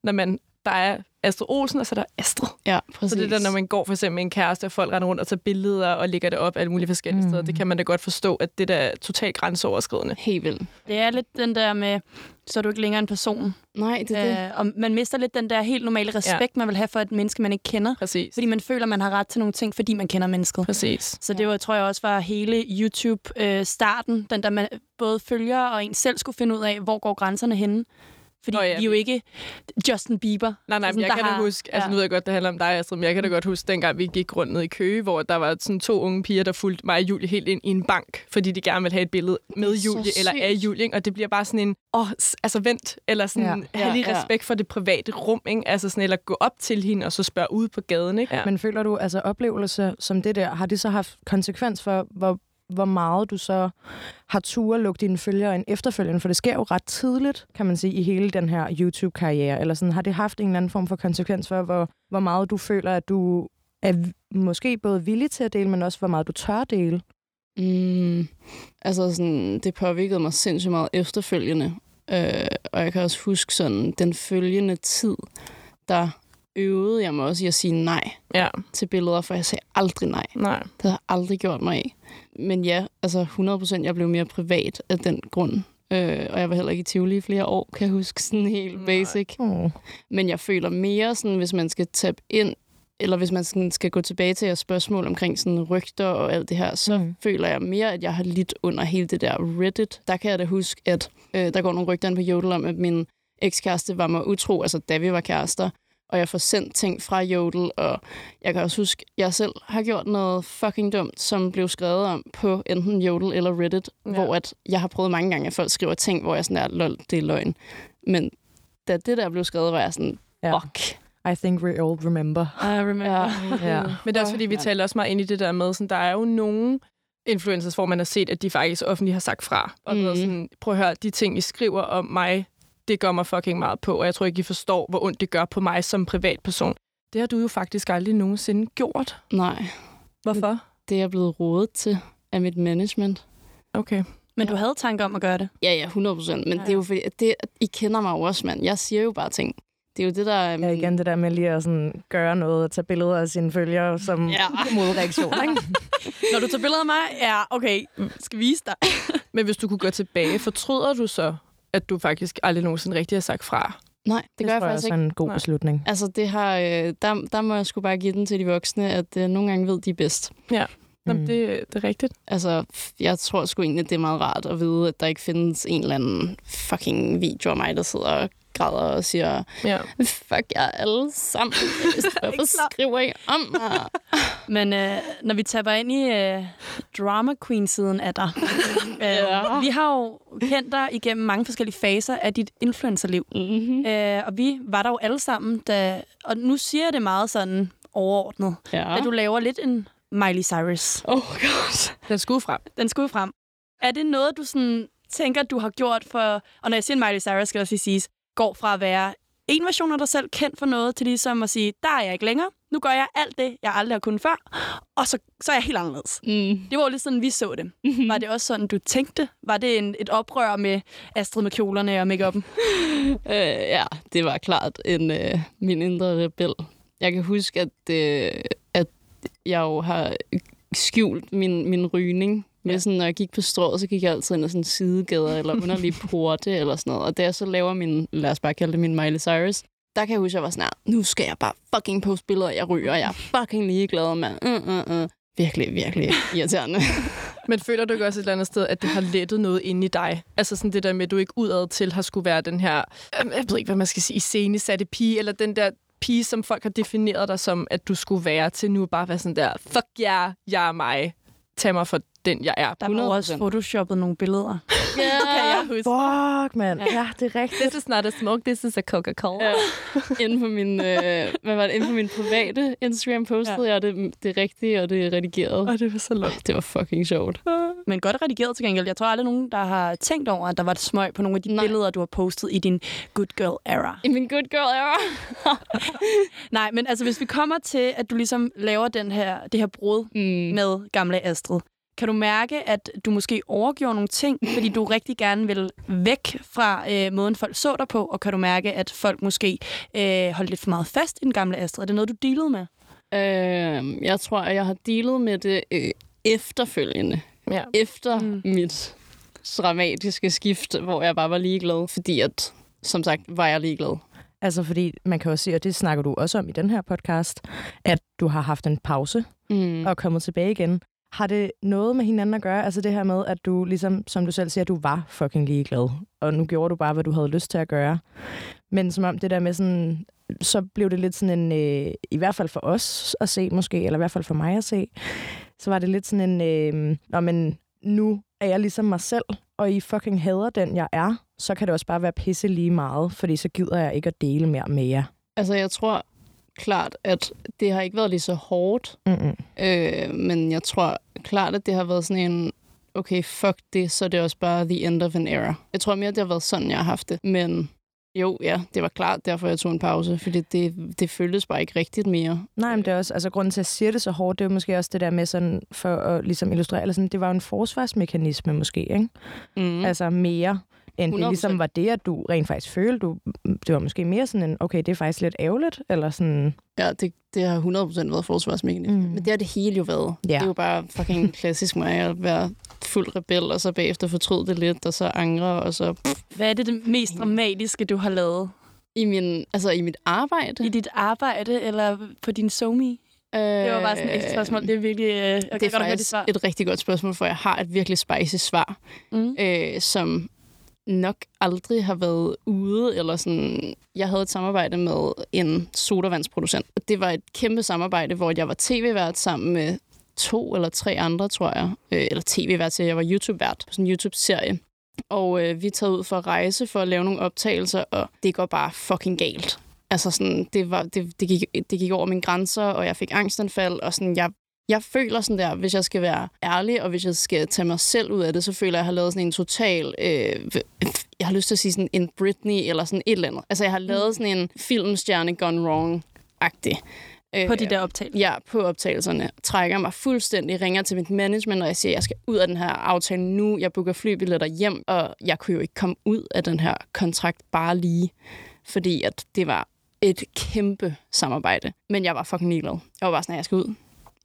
Speaker 11: når man der er Astrid Olsen, og så er der Astrid.
Speaker 10: Ja,
Speaker 11: Så det er der,
Speaker 10: præcis.
Speaker 11: når man går for eksempel med en kæreste, og folk render rundt og tager billeder og lægger det op alle mulige forskellige mm. steder. Det kan man da godt forstå, at det der er totalt grænseoverskridende.
Speaker 10: Helt vildt.
Speaker 1: Det er lidt den der med, så er du ikke længere en person.
Speaker 10: Nej, det er
Speaker 1: det. Og man mister lidt den der helt normale respekt, ja. man vil have for et menneske, man ikke kender.
Speaker 11: Præcis.
Speaker 1: Fordi man føler, man har ret til nogle ting, fordi man kender mennesket.
Speaker 11: Præcis.
Speaker 1: Så det var, tror jeg også var hele YouTube-starten. den der, man både følger og en selv skulle finde ud af, hvor går grænserne henne. Fordi Nå, ja. vi er jo ikke Justin Bieber.
Speaker 11: Nej, nej, men jeg kan da huske, altså nu ved jeg godt, det handler om dig, Astrid, men jeg kan da godt huske, dengang vi gik rundt ned i Køge, hvor der var sådan to unge piger, der fulgte mig og Julie helt ind i en bank, fordi de gerne ville have et billede med
Speaker 10: så
Speaker 11: Julie eller af
Speaker 10: sygt.
Speaker 11: Julie, ikke? og det bliver bare sådan en, åh, oh, altså vent, eller sådan,
Speaker 3: Ja.
Speaker 11: ja. have lige
Speaker 3: Ja, ja.
Speaker 11: respekt for det private rum, ikke? Altså sådan, eller gå op til hende og så spørge ude på gaden, ikke?
Speaker 3: Ja. Men føler du, altså oplevelser som det der, har det så haft konsekvens for, hvor, hvor meget du så har tur at lukke dine følgere ind efterfølgende? For det sker jo ret tidligt, kan man sige, i hele den her YouTube-karriere. Eller sådan, har det haft en eller anden form for konsekvens for, hvor, hvor meget du føler, at du er v- måske både villig til at dele, men også hvor meget du tør dele?
Speaker 10: Mm, altså, sådan, det påvirkede mig sindssygt meget efterfølgende. Øh, og jeg kan også huske sådan, den følgende tid, der øvede jeg mig også i at sige nej
Speaker 11: ja.
Speaker 10: til billeder, for jeg sagde aldrig nej.
Speaker 11: nej.
Speaker 10: Det har jeg aldrig gjort mig af. Men ja, altså 100% jeg blev mere privat af den grund. Øh, og jeg var heller ikke i Tivoli i flere år, kan jeg huske, sådan helt basic.
Speaker 3: Oh.
Speaker 10: Men jeg føler mere, sådan, hvis man skal tabe ind, eller hvis man sådan skal gå tilbage til jeres spørgsmål omkring sådan rygter og alt det her, så
Speaker 3: Hmm.
Speaker 10: mm. føler jeg mere, at jeg har lidt under hele det der Reddit. Der kan jeg da huske, at øh, der går nogle rygter ind på Jodel om, at min ekskæreste var mig utro, altså da vi var kærester, og jeg får sendt ting fra Jodel, og jeg kan også huske, at jeg selv har gjort noget fucking dumt, som blev skrevet om på enten Jodel eller Reddit, ja. hvor at jeg har prøvet mange gange, at folk skriver ting, hvor jeg sådan er, lol, det er løgn. Men da det der blev skrevet, var jeg sådan,
Speaker 3: Ja.
Speaker 10: fuck.
Speaker 3: I think we all remember.
Speaker 1: I remember.
Speaker 3: Ja. ja.
Speaker 11: Men det er også fordi, vi ja. taler også meget ind i det der med, sådan, der er jo nogle influencers, hvor man har set, at de faktisk offentligt har sagt fra. Og mm. sådan, prøv at høre, de ting, I skriver om mig, det gør mig fucking meget på, og jeg tror ikke, I forstår, hvor ondt det gør på mig som privatperson. Det har du jo faktisk aldrig nogensinde gjort.
Speaker 10: Nej.
Speaker 11: Hvorfor?
Speaker 10: Det er jeg blevet rodet til af mit management.
Speaker 11: Okay.
Speaker 1: Men du havde tanker om at gøre det?
Speaker 10: Ja, ja, 100 procent. Men ja. det er jo fordi, at det, at I kender mig jo også, mand. Jeg siger jo bare ting. Det er jo det, der øhm, er
Speaker 3: Ja, igen det der med lige at sådan gøre noget og tage billeder af sine følgere som ja.
Speaker 1: Ja.
Speaker 3: modreaktion. Ikke?
Speaker 1: Når du tager billeder af mig, ja, okay, skal vise dig.
Speaker 11: Men hvis du kunne gå tilbage, fortryder du så, at du faktisk aldrig nogensinde rigtig har sagt fra?
Speaker 10: Nej, det, det gør jeg
Speaker 3: tror jeg
Speaker 10: faktisk
Speaker 3: også
Speaker 10: ikke.
Speaker 3: er en god Nej. beslutning.
Speaker 10: Altså, det har, øh, der, der må jeg sgu bare give den til de voksne, at øh, nogle gange ved de bedst.
Speaker 11: Ja, Jamen, det, det er rigtigt.
Speaker 10: Altså, f- jeg tror sgu egentlig, at det er meget rart at vide, at der ikke findes en eller anden fucking video af mig, der sidder og græder og siger,
Speaker 11: ja.
Speaker 10: fuck jer alle sammen. Hvorfor skriver I om mig?
Speaker 1: Men øh, når vi taber ind i øh, drama queen-siden af dig, øh, ja. vi har jo kendt dig igennem mange forskellige faser af dit influencerliv.
Speaker 10: Mm-hmm.
Speaker 1: Øh, og vi var der jo alle sammen, da, og nu siger jeg det meget sådan overordnet,
Speaker 10: Ja.
Speaker 1: at du laver lidt en Miley Cyrus.
Speaker 10: Oh god.
Speaker 11: Den skulle frem.
Speaker 1: Den skulle frem. Er det noget, du sådan tænker, du har gjort for... Og når jeg siger en Miley Cyrus, skal det også lige siges, går fra at være en version af dig selv kendt for noget, til ligesom at sige, der er jeg ikke længere. Nu gør jeg alt det, jeg aldrig har kunnet før. Og så, så er jeg helt anderledes.
Speaker 10: Mm.
Speaker 1: Det var jo lidt sådan, vi så det. Var det også sådan, du tænkte? Var det en, et oprør med Astrid med kjolerne og make-up'en?
Speaker 10: Øh, ja, det var klart en, øh, min indre rebel. Jeg kan huske, at, øh, at jeg jo har skjult min, min rygning. Men sådan, når jeg gik på strået, så gik jeg altid ind ad sådan sidegader eller underlige porte eller sådan noget. Og da jeg så laver min, lad os bare kalde det min Miley Cyrus, der kan jeg huske, at jeg var sådan her, nu skal jeg bare fucking poste billeder, jeg ryger, jeg er fucking ligeglad, mand. Uh, uh, uh. Virkelig, virkelig irriterende.
Speaker 11: Men føler du ikke også et eller andet sted, at det har lettet noget inde i dig? Altså sådan det der med, at du ikke udad til har skulle være den her, øhm, jeg ved ikke, hvad man skal sige, iscenesatte pige, eller den der pige, som folk har defineret dig som, at du skulle være til nu bare at være sådan der, fuck jer, yeah, jeg er mig. Tag mig for den, jeg er.
Speaker 1: Der var jo også photoshoppet nogle billeder.
Speaker 10: Ja,
Speaker 1: kan jeg huske.
Speaker 3: Fuck, mand. Ja, det er rigtigt.
Speaker 11: This is not a smoke, this is a Coca-Cola.
Speaker 10: Ja. inden for min, øh, hvad var det, inden for min private Instagram postede ja. jeg det, det rigtige og det redigerede.
Speaker 11: Og det var så langt.
Speaker 10: Det var fucking sjovt.
Speaker 1: Men godt redigeret til gengæld. Jeg tror aldrig nogen, der har tænkt over, at der var et smøg på nogle af de Nej. billeder, du har postet i din good girl era.
Speaker 10: I min good girl era.
Speaker 1: Nej, men altså hvis vi kommer til, at du ligesom laver den her, det her brud mm. med gamle Astrid, Kan du mærke, at du måske overgjorde nogle ting, fordi du rigtig gerne vil væk fra øh, måden, folk så dig på? Og kan du mærke, at folk måske øh, holdt lidt for meget fast i den gamle Astrid? Er det noget, du dealede med?
Speaker 10: Øh, jeg tror, at jeg har dealet med det øh, efterfølgende.
Speaker 12: Ja.
Speaker 10: Efter mm. mit dramatiske skift, hvor jeg bare var ligeglad, fordi at, som sagt, var jeg ligeglad.
Speaker 3: Altså fordi man kan også sige, og det snakker du også om i den her podcast, at du har haft en pause
Speaker 10: mm.
Speaker 3: og er kommet tilbage igen. Har det noget med hinanden at gøre? Altså det her med, at du ligesom, som du selv siger, du var fucking ligeglad, og nu gjorde du bare, hvad du havde lyst til at gøre. Men som om det der med sådan, så blev det lidt sådan en, øh, i hvert fald for os at se måske, eller i hvert fald for mig at se, så var det lidt sådan en, øh, nå men nu er jeg ligesom mig selv, og I fucking hader den, jeg er, så kan det også bare være pisse lige meget, fordi så gider jeg ikke at dele mere med jer.
Speaker 10: Altså, jeg tror klart, at det har ikke været lige så hårdt,
Speaker 3: Mm-mm.
Speaker 10: øh, men jeg tror klart, at det har været sådan en, okay, fuck det, så er det også bare the end of an era. Jeg tror mere, det har været sådan, jeg har haft det, men jo, ja, det var klart, derfor jeg tog en pause, fordi det, det føltes bare ikke rigtigt mere.
Speaker 3: Nej, men det er også, altså grunden til, at jeg siger det så hårdt, det er jo måske også det der med sådan, for at ligesom illustrere, eller sådan, det var jo en forsvarsmekanisme måske, ikke?
Speaker 10: Mm.
Speaker 3: Altså mere, end det ligesom var det, at du rent faktisk følte, du, det var måske mere sådan en, okay, det er faktisk lidt ærgerligt, eller sådan...
Speaker 10: Ja, det, det har 100% været forsvarsmekanisme. Mm. Men det har det hele jo været.
Speaker 3: Ja.
Speaker 10: Det er jo bare fucking klassisk mig at være fuld rebel, og så bagefter fortryde det lidt, og så angre, og så... Pff.
Speaker 1: Hvad er det, det mest dramatiske, du har lavet?
Speaker 10: I, min, altså, I mit arbejde?
Speaker 1: I dit arbejde, eller på din somi?
Speaker 10: Øh,
Speaker 1: det var bare sådan et ekstra spørgsmål. Det er virkelig... Øh, jeg kan
Speaker 10: det er
Speaker 1: godt høre
Speaker 10: faktisk
Speaker 1: dit svar.
Speaker 10: et rigtig godt spørgsmål, for jeg har et virkelig spicy svar,
Speaker 1: mm.
Speaker 10: øh, som nok aldrig har været ude, eller sådan... Jeg havde et samarbejde med en sodavandsproducent. Og Det var et kæmpe samarbejde, hvor jeg var tv-vært sammen med to eller tre andre, tror jeg. Øh, eller tv-vært, så jeg var YouTube-vært på sådan en YouTube-serie. Og øh, vi tager ud for at rejse for at lave nogle optagelser, og det går bare fucking galt. Altså sådan, det, var, det, det, gik, det gik over mine grænser, og jeg fik angstanfald, og sådan, jeg, jeg føler sådan der, hvis jeg skal være ærlig, og hvis jeg skal tage mig selv ud af det, så føler jeg, at jeg har lavet sådan en total, øh, jeg har lyst til at sige sådan en Britney, eller sådan et eller andet. Altså jeg har lavet sådan en filmstjerne gone wrong-agtig. Øh,
Speaker 1: På øh, de der
Speaker 10: optagelser? Ja, på optagelserne. Trækker mig fuldstændig, ringer til mit management, og jeg siger, at jeg skal ud af den her aftale nu. Jeg booker flybilletter hjem, og jeg kunne jo ikke komme ud af den her kontrakt bare lige, fordi at det var et kæmpe samarbejde. Men jeg var fucking ligeglad. Jeg var bare sådan, at jeg skal ud.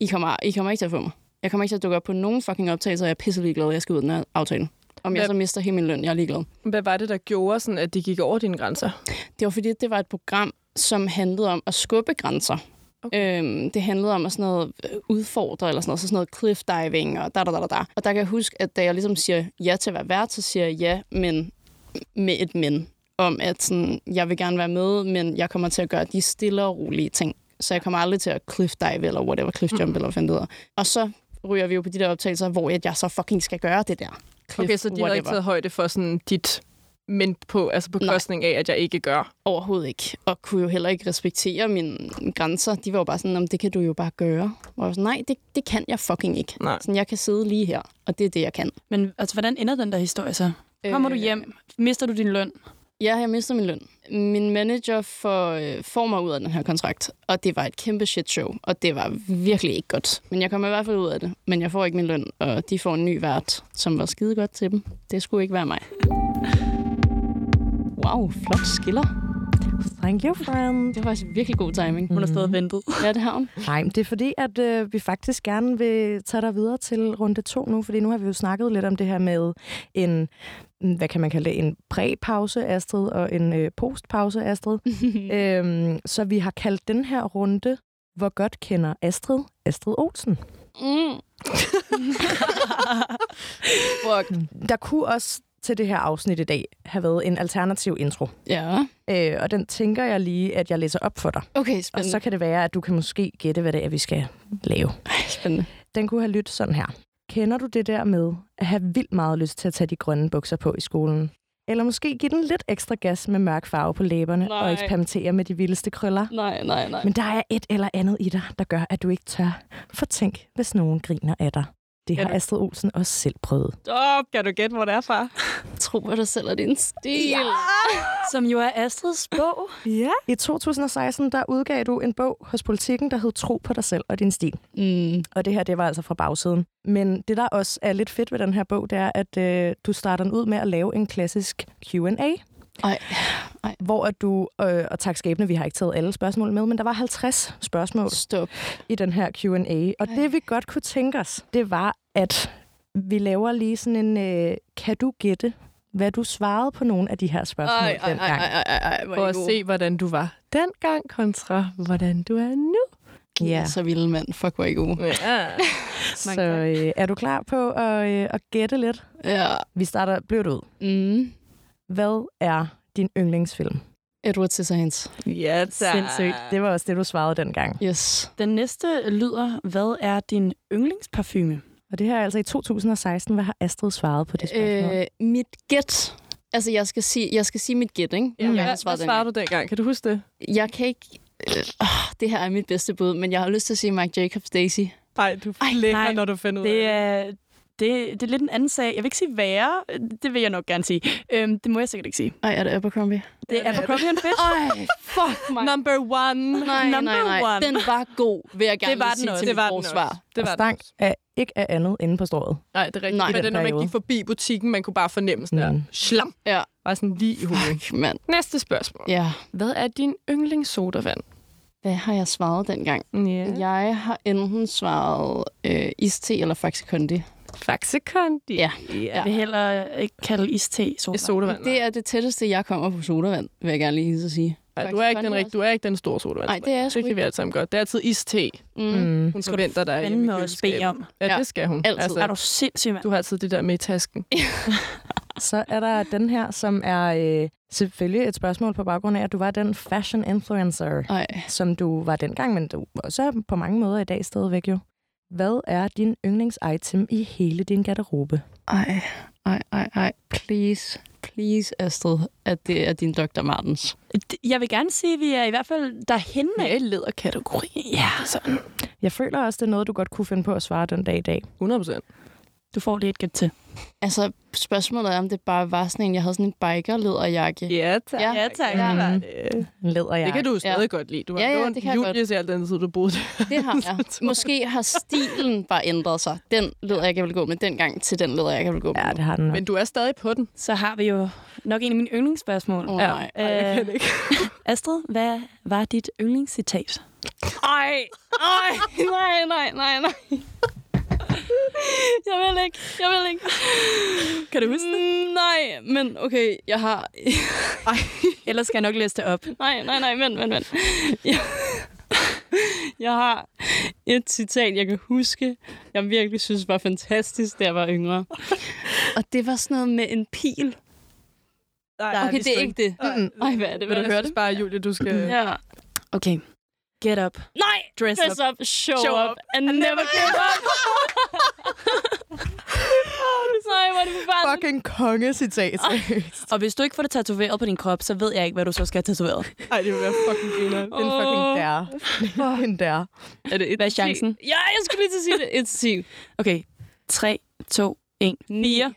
Speaker 10: I kommer, I kommer ikke til at få mig. Jeg kommer ikke til at dukke op på nogen fucking optagelser, og jeg er pisse ligeglad, jeg skal ud af den her aftale. Om jeg
Speaker 11: Hvad-
Speaker 10: så mister hele min løn, jeg er ligeglad.
Speaker 11: Hvad var det, der gjorde, sådan, at det gik over dine grænser?
Speaker 10: Det var fordi, det var et program, som handlede om at skubbe grænser. Okay. Øhm, det handlede om at sådan noget øh, udfordre, eller sådan noget, så sådan noget cliff diving, og da, da, da, da, da. Og der kan jeg huske, at da jeg ligesom siger ja til at være vært, så siger jeg ja, men med et men. Om at sådan, jeg vil gerne være med, men jeg kommer til at gøre de stille og rolige ting. Så jeg kommer aldrig til at cliff dive, eller whatever, cliff jump, mm. eller hvad fanden det hedder. Og så ryger vi jo på de der optagelser, hvor at jeg så fucking skal gøre det der. Cliff,
Speaker 11: Okay, så de havde ikke
Speaker 10: whatever.
Speaker 11: taget højde for sådan dit men på, altså på kostning af, at jeg ikke gør.
Speaker 10: Overhovedet ikke. Og kunne jo heller ikke respektere mine grænser. De var jo bare sådan, "Nå, det kan du jo bare gøre. Og jeg var sådan, nej, det, det kan jeg fucking ikke.
Speaker 11: Nej.
Speaker 10: Sådan, jeg kan sidde lige her, og det er det, jeg kan. Øh,
Speaker 1: Men altså, hvordan ender den der historie så? Kommer du hjem? Mister du din løn?
Speaker 10: Ja, jeg mister min løn. Min manager får, øh, får mig ud af den her kontrakt, og det var et kæmpe shit show, og det var virkelig ikke godt. Men jeg kommer i hvert fald ud af det, men jeg får ikke min løn, og de får en ny vært, som var skide godt til dem. Det skulle ikke være mig. Wow, flot skiller.
Speaker 3: Thank you, friend.
Speaker 10: Det var faktisk virkelig god timing.
Speaker 3: Hun
Speaker 10: har stadig
Speaker 1: Mhm.
Speaker 10: ventet. Ja, det har hun.
Speaker 3: Nej, men det er fordi, at øh, vi faktisk gerne vil tage dig videre til runde to nu, fordi nu har vi jo snakket lidt om det her med en, mm, hvad kan man kalde det, en præpause, Astrid, og en øh, postpause, Astrid.
Speaker 10: Mm.
Speaker 3: øhm, så vi har kaldt den her runde, hvor godt kender Astrid, Astrid Olsen.
Speaker 10: Mm.
Speaker 3: Der kunne også til det her afsnit i dag have været en alternativ intro.
Speaker 10: Ja.
Speaker 3: Øh, og den tænker jeg lige, at jeg læser op for dig.
Speaker 10: Okay,
Speaker 3: Og så kan det være, at du kan måske gætte, hvad det er, vi skal lave.
Speaker 10: Spændende.
Speaker 3: Den kunne have lyttet sådan her. Kender du det der med at have vildt meget lyst til at tage de grønne bukser på i skolen? Eller måske give den lidt ekstra gas med mørk farve på læberne
Speaker 10: Nej.
Speaker 3: og eksperimentere med de vildeste krøller?
Speaker 10: Nej, nej, nej.
Speaker 3: Men der er et eller andet i dig, der gør, at du ikke tør. For tænk, hvis nogen griner af dig. Det har Astrid Olsen også selv prøvet.
Speaker 11: Stop, kan du gætte, hvor det er fra?
Speaker 10: Tro på dig selv og din stil. Ja.
Speaker 1: Som jo er Astrids bog.
Speaker 3: Ja. I 2016, der udgav du en bog hos Politiken, der hed Tro på dig selv og din stil.
Speaker 10: Mm.
Speaker 3: Og det her, det var altså fra bagsiden. Men det, der også er lidt fedt ved den her bog, det er, at øh, du starter den ud med at lave en klassisk Q&A.
Speaker 10: Ej.
Speaker 3: Ej. Hvor at du, øh, og tak skæbne, vi har ikke taget alle spørgsmål med, men der var 50 spørgsmål
Speaker 10: Stop.
Speaker 3: i den her Q&A. Og Ej. det vi godt kunne tænke os, det var, at vi laver lige sådan en, øh, kan du gætte, hvad du svarede på nogle af de her spørgsmål
Speaker 11: Ej, ej,
Speaker 3: dengang?
Speaker 11: ej, ej, ej, ej, hvor er I
Speaker 3: For at
Speaker 11: gode.
Speaker 3: se, hvordan du var dengang kontra, hvordan du er nu. Ja.
Speaker 10: Så vild mand. Fuck, hvor er I gode.
Speaker 11: Ja.
Speaker 3: Så øh, er du klar på at, øh, at gætte lidt?
Speaker 10: Ja.
Speaker 3: Vi starter blødt ud.
Speaker 10: Mm.
Speaker 3: Hvad er din yndlingsfilm?
Speaker 10: Edward Scissorhands.
Speaker 11: Ja,
Speaker 10: tak.
Speaker 3: Sindssygt. Det var også det, du svarede dengang.
Speaker 10: Yes.
Speaker 1: Den næste lyder, hvad er din yndlingsparfume?
Speaker 3: Og det her er altså i 2016. Hvad har Astrid svaret på det spørgsmål?
Speaker 10: Øh, mit gæt. Altså, jeg skal sige, jeg skal sige mit gæt, ikke?
Speaker 11: Ja, hvad, hvad svarede du dengang? Kan du huske det?
Speaker 10: Jeg kan ikke... Øh, åh, det her er mit bedste bud, men jeg har lyst til at sige Mike Jacobs Daisy.
Speaker 11: Nej, du
Speaker 1: nej,
Speaker 11: flækker, når du finder ud af
Speaker 1: Det er, det, det er lidt en anden sag. Jeg vil ikke sige værre. Det vil jeg nok gerne sige. Øhm, det må jeg sikkert ikke sige.
Speaker 10: Ej, er det Abercrombie?
Speaker 1: Det er Abercrombie and Fitch.
Speaker 10: Ej, fuck mig.
Speaker 11: Number one.
Speaker 10: Nej,
Speaker 1: Number
Speaker 10: nej, nej.
Speaker 1: one.
Speaker 10: Den var god, vil jeg gerne
Speaker 1: Det var den
Speaker 10: lige sige
Speaker 1: også.
Speaker 10: til
Speaker 1: Det
Speaker 10: mit
Speaker 1: var den
Speaker 10: forsvar.
Speaker 1: også.
Speaker 11: Det
Speaker 3: Og stank af, ikke af andet inde på strået.
Speaker 11: Nej, det er rigtigt. Nej,
Speaker 10: Nej.
Speaker 11: men
Speaker 10: I
Speaker 11: det
Speaker 10: den
Speaker 11: er, når man
Speaker 3: periode.
Speaker 11: gik forbi butikken, man kunne bare fornemme sådan
Speaker 1: Mm.
Speaker 11: der. Slam.
Speaker 10: Ja.
Speaker 11: Bare sådan lige i hovedet.
Speaker 10: Fuck, mand.
Speaker 11: Næste spørgsmål.
Speaker 10: Ja.
Speaker 11: Hvad er din yndlingssodavand?
Speaker 10: Hvad har jeg svaret dengang?
Speaker 11: Yeah.
Speaker 10: Jeg har enten svaret øh, iste eller Faxe Kondi.
Speaker 11: Faxe Kondi?
Speaker 10: Ja.
Speaker 1: Jeg vil heller ikke kalde iste sodavand.
Speaker 11: Sodavand.
Speaker 10: Det er det tætteste, jeg kommer på sodavand, vil jeg gerne lige hilse at sige.
Speaker 11: Nej, du er ikke den rigtige, du er ikke den store sodavand.
Speaker 10: Nej, det er jeg sgu
Speaker 11: Det kan vi alle sammen godt. Det er altid iste.
Speaker 10: Mm.
Speaker 11: Hun forventer dig.
Speaker 1: fandme
Speaker 11: hjemme i
Speaker 1: også bede
Speaker 11: køleskabet.
Speaker 1: om.
Speaker 11: Ja,
Speaker 1: Ja,
Speaker 11: det skal hun. Altså,
Speaker 1: altid. Er du sindssyg, mand?
Speaker 11: Du har altid det der med i tasken.
Speaker 3: Så er der den her, som er øh, selvfølgelig et spørgsmål på baggrund af, at du var den fashion influencer,
Speaker 10: Ej.
Speaker 3: som du var dengang, men du også er på mange måder i dag stadigvæk jo. Hvad er din yndlingsitem i hele din garderobe?
Speaker 10: Ej, ej, ej, ej. Please, please, Astrid, at det er din Dr. Martens.
Speaker 1: Jeg vil gerne sige, at vi er i hvert fald derhenne. Vi er
Speaker 11: i lederkategori.
Speaker 1: Ja.
Speaker 11: Sådan.
Speaker 3: Jeg føler også, det er noget, du godt kunne finde på at svare den dag i dag.
Speaker 11: 100 procent.
Speaker 1: Du får lige et gæt til.
Speaker 10: Altså, spørgsmålet er, om det bare var sådan en, jeg havde sådan en bikerlederjakke.
Speaker 11: Ja, tak.
Speaker 10: Ja,
Speaker 1: Ja, tak.
Speaker 10: Ja.
Speaker 3: Mm.
Speaker 11: Det
Speaker 3: Læderjakke.
Speaker 11: kan du jo stadig
Speaker 10: Ja.
Speaker 11: godt lide. Du har
Speaker 10: Ja, ja,
Speaker 11: lånt
Speaker 10: det kan jeg
Speaker 11: Julius i alt den tid, du boede der.
Speaker 10: Det har jeg. Måske har stilen bare ændret sig. Den leder, jeg vil gå med dengang, til den leder, jeg vil gå med.
Speaker 3: Ja, det har den. nok.
Speaker 11: Men du er stadig på den.
Speaker 1: Så har vi jo nok en af mine yndlingsspørgsmål.
Speaker 10: Åh, nej.
Speaker 1: Øh, Astrid, hvad var dit yndlingscitat?
Speaker 10: Ej, ej, nej, nej, nej, nej. Jeg vil ikke, jeg vil ikke.
Speaker 1: Kan du huske det?
Speaker 10: Mm, Nej, men okay, jeg har...
Speaker 1: Ellers skal jeg nok læse det op.
Speaker 10: Nej, nej, nej, vent, vent, vent. Jeg, jeg har et citat, jeg kan huske, jeg virkelig synes var fantastisk, da jeg var yngre. Og det var sådan noget med en pil.
Speaker 11: Nej,
Speaker 10: Okay, det er ikke det. Nej, hvad er det?
Speaker 11: Vil
Speaker 10: Hvad
Speaker 11: du
Speaker 10: er
Speaker 11: høre
Speaker 10: det?
Speaker 11: det? Bare, Julie, du skal...
Speaker 10: Ja.
Speaker 1: Okay. Get up.
Speaker 10: Nej!
Speaker 1: Dress
Speaker 10: Dress up, show,
Speaker 1: Show
Speaker 10: up,
Speaker 1: up,
Speaker 10: and never give up. Nej, hvor er det bare
Speaker 3: Fucking kongecitat.
Speaker 11: Ah.
Speaker 3: seriøst.
Speaker 1: Og hvis du ikke får det tatoveret på din krop, så ved jeg ikke, hvad du så skal have tatoveret.
Speaker 11: Ej, det vil være fucking griner.
Speaker 3: Den fucking der. Den der.
Speaker 11: Er det et
Speaker 1: Hvad er chancen?
Speaker 10: Ja, jeg skulle lige til at sige det. Et til
Speaker 1: Okay. 3, 2, 1.
Speaker 10: Nia.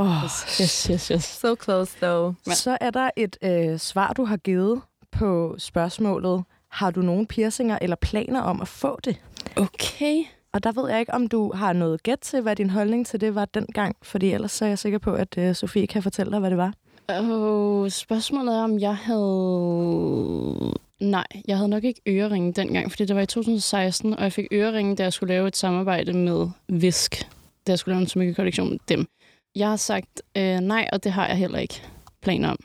Speaker 3: Åh,
Speaker 10: Yes, yes, yes.
Speaker 11: So close, though.
Speaker 3: Så er der et øh, svar, du har givet på spørgsmålet, har du nogen piercinger eller planer om at få det?
Speaker 10: Okay.
Speaker 3: Og der ved jeg ikke, om du har noget gæt til, hvad din holdning til det var dengang, fordi ellers så er jeg sikker på, at øh, Sofie kan fortælle dig, hvad det var.
Speaker 10: Oh, spørgsmålet er, om jeg havde... Nej, jeg havde nok ikke øreringe dengang, fordi det var i 2016, og jeg fik øreringe, da jeg skulle lave et samarbejde med Visk, da jeg skulle lave en smykkekollektion med dem. Jeg har sagt øh, nej, og det har jeg heller ikke planer om.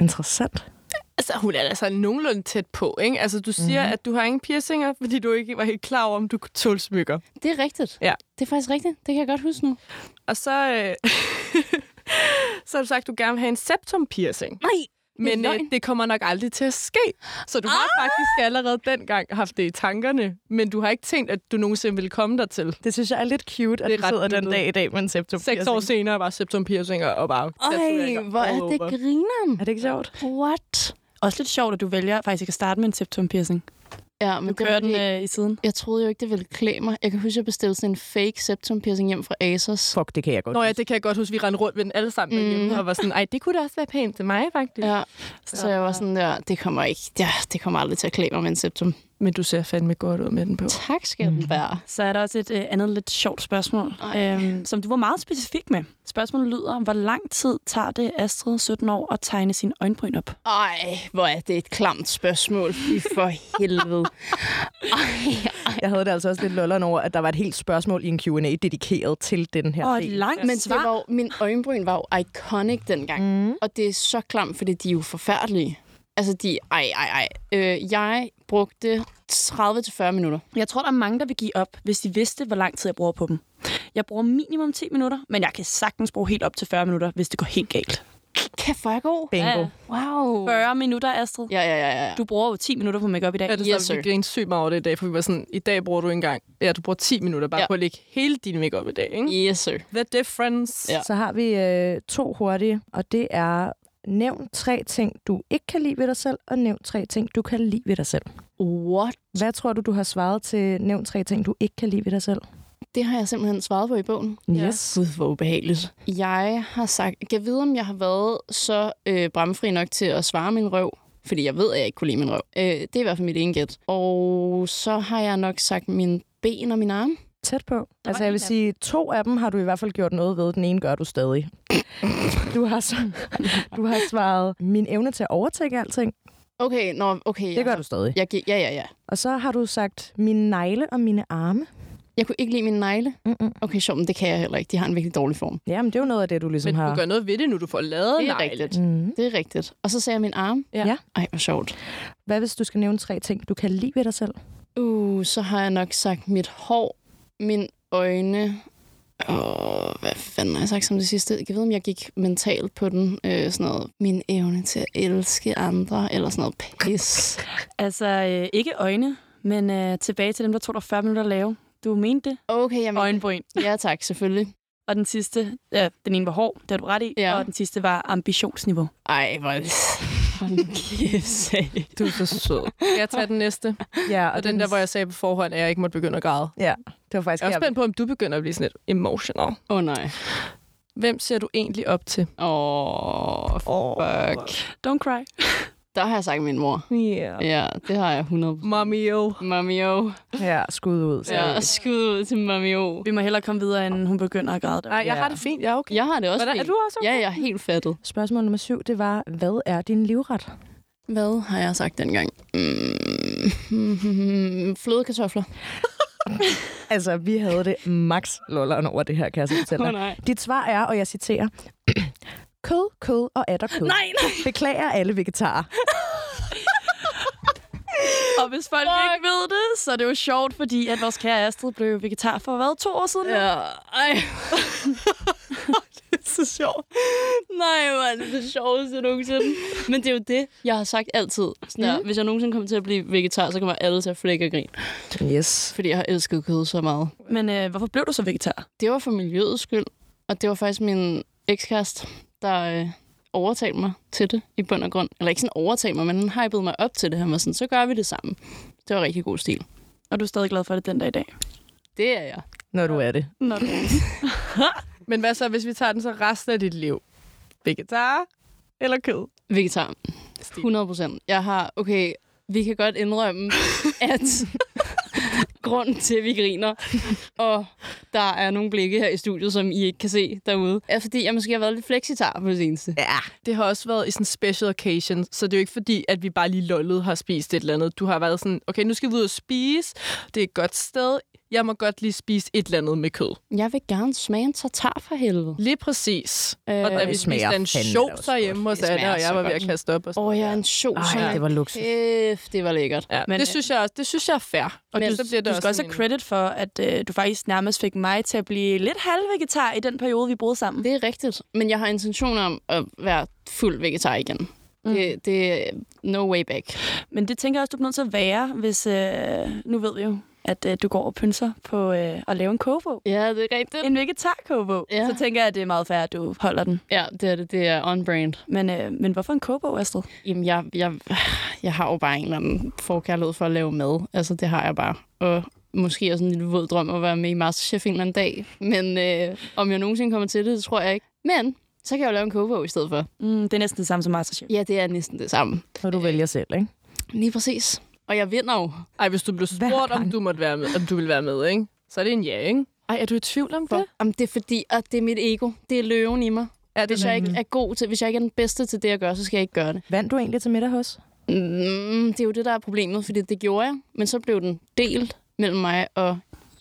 Speaker 3: Interessant.
Speaker 11: Altså, hun er altså nogenlunde tæt på, ikke? Altså, du siger,
Speaker 10: Mhm.
Speaker 11: mm-hmm. at du har ingen piercinger, fordi du ikke var helt klar over, om du kunne tåle smykker.
Speaker 10: Det er rigtigt.
Speaker 11: Ja.
Speaker 10: Det er faktisk rigtigt. Det kan jeg godt huske nu.
Speaker 11: Og så, øh, så har du sagt, at du gerne vil have en septum piercing.
Speaker 10: Nej,
Speaker 11: Men
Speaker 10: det er
Speaker 11: øh,
Speaker 10: løgn.
Speaker 11: det kommer nok aldrig til at ske. Så du har ah! faktisk allerede dengang haft det i tankerne, men du har ikke tænkt, at du nogensinde ville komme dertil.
Speaker 3: Det synes jeg er lidt cute, at
Speaker 11: Det er
Speaker 3: det du
Speaker 11: ret
Speaker 3: sidder den
Speaker 11: nuttet.
Speaker 3: dag i dag med en septum
Speaker 11: Seks år senere var septum piercinger og bare
Speaker 10: Ej, hvor er det grineren.
Speaker 3: Er det ikke sjovt?
Speaker 10: What?
Speaker 1: Også lidt sjovt, at du vælger faktisk at starte med en septum piercing.
Speaker 10: Ja, men
Speaker 1: Du kører den, øh, i siden.
Speaker 10: Jeg troede jo ikke, det ville klæde mig. Jeg kan huske, at jeg bestilte sådan en fake septum piercing hjem fra Asos.
Speaker 3: Fuck, det kan jeg
Speaker 11: Nå ja, det kan jeg godt huske. Vi rendte rundt med den alle sammen derhjemme, og var sådan, ej, det kunne da også være pænt til mig, faktisk.
Speaker 10: Ja, så jeg var sådan der, det kommer ikke, ja, det kommer aldrig til at klæde mig med en septum.
Speaker 11: Men du ser fandme godt ud med den på.
Speaker 10: Tak skal den være.
Speaker 1: Så er der også et øh, andet lidt sjovt spørgsmål, øhm, som du var meget specifik med. Spørgsmålet lyder, hvor lang tid tager det Astrid, 17 år, at tegne sin øjenbryn op?
Speaker 10: Ej, hvor er det et klamt spørgsmål. I for helvede.
Speaker 3: Jeg havde det altså også lidt lolleren over, at der var et helt spørgsmål i en Q&A dedikeret til den her del.
Speaker 10: Men det var jo, min øjenbryn var jo iconic dengang. Mm. Og det er så klamt, fordi de er jo forfærdelige. Altså, de... Ej, ej, ej. Øh, jeg brugte 30-40 minutter.
Speaker 1: Jeg tror, der er mange, der vil give op, hvis de vidste, hvor lang tid jeg bruger på dem. Jeg bruger minimum 10 minutter, men jeg kan sagtens bruge helt op til 40 minutter, hvis det går helt galt.
Speaker 10: Kæft, hvor er jeg god.
Speaker 3: Bingo.
Speaker 10: Wow.
Speaker 1: 40 minutter, Astrid.
Speaker 10: Ja, ja, ja. ja.
Speaker 1: Du bruger jo 10 minutter på makeup i dag.
Speaker 11: Ja, det yes, vi grinede sygt meget over det i dag, for vi var sådan, i dag bruger du engang, ja, du bruger 10 minutter bare ja. på at lægge hele din makeup i dag, ikke?
Speaker 10: Yes, sir.
Speaker 11: The difference.
Speaker 3: Ja. Så har vi øh, to hurtige, og det er nævn tre ting, du ikke kan lide ved dig selv, og nævn tre ting, du kan lide ved dig selv.
Speaker 10: What?
Speaker 3: Hvad tror du, du har svaret til nævn tre ting, du ikke kan lide ved dig selv?
Speaker 10: Det har jeg simpelthen svaret på i bogen.
Speaker 3: Yes.
Speaker 10: Gud, hvor ubehageligt. Jeg har sagt, jeg ved, om jeg har været så øh, bramfri nok til at svare min røv, fordi jeg ved, at jeg ikke kunne lide min røv. Øh, det er i hvert fald mit ene gæt. Og så har jeg nok sagt mine ben og mine arme.
Speaker 3: Tæt på. Altså, jeg vil sige, to af dem har du i hvert fald gjort noget ved. Den ene gør du stadig. Du har, så, du har svaret, min evne til at overtække alting.
Speaker 10: Okay, nå, okay.
Speaker 3: Det gør du stadig.
Speaker 10: Jeg, gi- ja, ja, ja.
Speaker 3: Og så har du sagt, mine negle og mine arme.
Speaker 10: Jeg kunne ikke lide mine negle.
Speaker 3: Mm-mm.
Speaker 10: Okay, sjovt, men det kan jeg heller ikke. De har en virkelig dårlig form.
Speaker 3: Jamen, det er jo noget af det, du ligesom
Speaker 11: Men
Speaker 3: har... Mhm.
Speaker 11: du gør noget ved det nu, du får lavet
Speaker 10: Det er
Speaker 11: negle.
Speaker 10: rigtigt. Mm. Det er rigtigt. Og så sagde jeg min arm.
Speaker 11: Ja.
Speaker 3: Ja.
Speaker 10: Ej, hvor sjovt.
Speaker 3: Hvad hvis du skal nævne tre ting, du kan lide ved dig selv?
Speaker 10: Uh, så har jeg nok sagt mit hår, mine øjne. Og hvad fanden har jeg sagt som det sidste? Jeg ved, om jeg gik mentalt på den. Øh, sådan noget, min evne til at elske andre, eller sådan noget pis.
Speaker 1: Altså, øh, ikke øjne, men øh, tilbage til dem, der tog dig 40 minutter at lave. Du mente det.
Speaker 10: Okay, jeg
Speaker 1: Øjenbryn.
Speaker 10: Ja, tak, selvfølgelig.
Speaker 1: Og den sidste, ja, den ene var hård, det har du ret i, ja. og den sidste var ambitionsniveau.
Speaker 10: Ej, hvor Hold nu kæft,
Speaker 11: Du er så sød. Skal jeg tage den næste?
Speaker 3: Ja,
Speaker 11: Og, og den der, hvor jeg sagde på forhånd, at jeg ikke måtte begynde at græde.
Speaker 3: Ja, det var faktisk...
Speaker 11: Jeg er også spændt på, om du begynder at blive sådan lidt emotional.
Speaker 10: Åh oh, nej.
Speaker 11: Hvem ser du egentlig op til?
Speaker 10: Åh, oh, fuck.
Speaker 1: Don't cry.
Speaker 10: Der har jeg sagt min mor.
Speaker 11: Yeah.
Speaker 10: Ja, det har jeg 100%.
Speaker 11: Mommy O.
Speaker 10: Mommy O.
Speaker 3: Ja, skud ud.
Speaker 10: Ja, skud ud til Mommy O.
Speaker 1: Vi må hellere komme videre, end hun begynder at græde. Der.
Speaker 11: Ej, jeg har det fint, jeg er okay.
Speaker 10: Jeg har det også
Speaker 11: Hvordan- er
Speaker 10: fint.
Speaker 11: du også okay?
Speaker 10: Ja, jeg er helt fattet.
Speaker 3: Spørgsmål nummer syv, det var, hvad er din livret?
Speaker 10: Hvad har jeg sagt dengang? Mm, flødekartofler.
Speaker 3: Altså, vi havde det max lolleren over det her, kan jeg så fortælle dig.
Speaker 10: Åh, nej.
Speaker 3: Dit svar er, og jeg citerer, kød, kød og atter kød.
Speaker 1: Nej, nej.
Speaker 3: Beklager alle vegetarer.
Speaker 1: Og hvis folk Fuck. ikke ved det, så er det jo sjovt, fordi at vores kære Astrid blev vegetar for hvad, to år siden? Ja.
Speaker 10: Ja, ej. det er så sjovt. Nej, hvor er det det sjoveste nogensinde. Men det er jo det, jeg har sagt altid. Sådan der, Hvis jeg nogensinde kommer til at blive vegetar, så kommer alle til at flække og grine.
Speaker 3: Yes.
Speaker 10: Fordi jeg har elsket kød så meget.
Speaker 1: Men øh, hvorfor blev du så vegetar?
Speaker 10: Det var for miljøets skyld. Og det var faktisk min ekskæreste, der øh, overtalte mig til det i bund og grund. Eller ikke sådan overtalte mig, men han hypede mig op til det. Han var sådan, så gør vi det sammen. Det var rigtig god stil.
Speaker 1: Og du er stadig glad for det den dag i dag?
Speaker 10: Det er jeg.
Speaker 3: Når du er det.
Speaker 1: Nå, du...
Speaker 11: Men hvad så, hvis vi tager den så resten af dit liv? Vegetar eller kød?
Speaker 10: Vegetar. 100 procent. Jeg har, okay, vi kan godt indrømme, at grunden til, at vi griner, og der er nogle blikke her i studiet, som I ikke kan se derude, er fordi, jeg måske har været lidt flexitar på det seneste. Ja.
Speaker 11: Det har også været i sådan special occasion, så det er jo ikke fordi, at vi bare lige lollede har spist et eller andet. Du har været sådan, okay, nu skal vi ud og spise. Det er et godt sted. Jeg må godt lige spise et eller andet med kød.
Speaker 10: Jeg vil gerne smage en tartar for helvede.
Speaker 11: Lige præcis.
Speaker 10: Øh,
Speaker 11: og da vi
Speaker 3: det
Speaker 11: spiste
Speaker 3: smager
Speaker 11: en
Speaker 3: fandme
Speaker 11: sjov
Speaker 3: da også
Speaker 11: så hjemme hos
Speaker 10: Det
Speaker 11: Anna,
Speaker 10: smager
Speaker 11: og jeg
Speaker 10: så
Speaker 11: var ved at
Speaker 10: godt.
Speaker 11: kaste op. Og sådan.
Speaker 10: Åh, jeg er en sjov
Speaker 3: Ej, det var luksus.
Speaker 10: Kæft, det var lækkert.
Speaker 11: Ja,
Speaker 1: Men-
Speaker 11: men, det, synes jeg, også- det synes jeg er fair. Og
Speaker 10: Men
Speaker 11: det, så bliver det
Speaker 1: Du skal også
Speaker 11: sådan
Speaker 1: have
Speaker 11: en-
Speaker 1: credit for, at øh, du faktisk nærmest fik mig til at blive lidt halvvegetar i den periode, vi boede sammen.
Speaker 10: Det er rigtigt, men jeg har intention om at være fuld vegetar igen. Mm. Det, det er no way back.
Speaker 1: Men det tænker jeg også, du bliver nødt til at være, hvis... Øh, nu ved vi jo, at øh, du går og pynser på øh, at lave en kogebog.
Speaker 10: Ja, det er rigtigt.
Speaker 1: En vegetarkogebog. Ja. Så tænker jeg, at det er meget fair, at du holder den.
Speaker 10: Ja, det er det. Det er on-brand.
Speaker 1: Men, øh, men hvorfor en kogebog, Astrid?
Speaker 10: Jamen, jeg, jeg, jeg har jo bare en eller anden forkærlighed for at lave mad. Altså, det har jeg bare. Og måske også en lille våd drøm at være med i Masterchef en eller anden dag. Men øh, om jeg nogensinde kommer til det, det tror jeg ikke. Men så kan jeg jo lave en kogebog i stedet for.
Speaker 1: Mm, det er næsten det samme som Masterchef.
Speaker 10: Ja, det er næsten det samme.
Speaker 3: Og du vælger selv, ikke?
Speaker 10: Lige præcis. Og jeg vinder jo.
Speaker 11: Ej, hvis du blev spurgt, om du, måtte være med, om du ville være med, ikke? så er det en ja, ikke? Ej, er du i tvivl om det?
Speaker 10: Om det er fordi, at det er mit ego. Det er løven i mig.
Speaker 11: Er
Speaker 10: hvis jeg ikke er god til, hvis jeg ikke er den bedste til det, jeg gør, så skal jeg ikke gøre det.
Speaker 3: Vandt du egentlig til middag hos?
Speaker 10: Mm, det er jo det, der er problemet, fordi det gjorde jeg. Men så blev den delt mellem mig og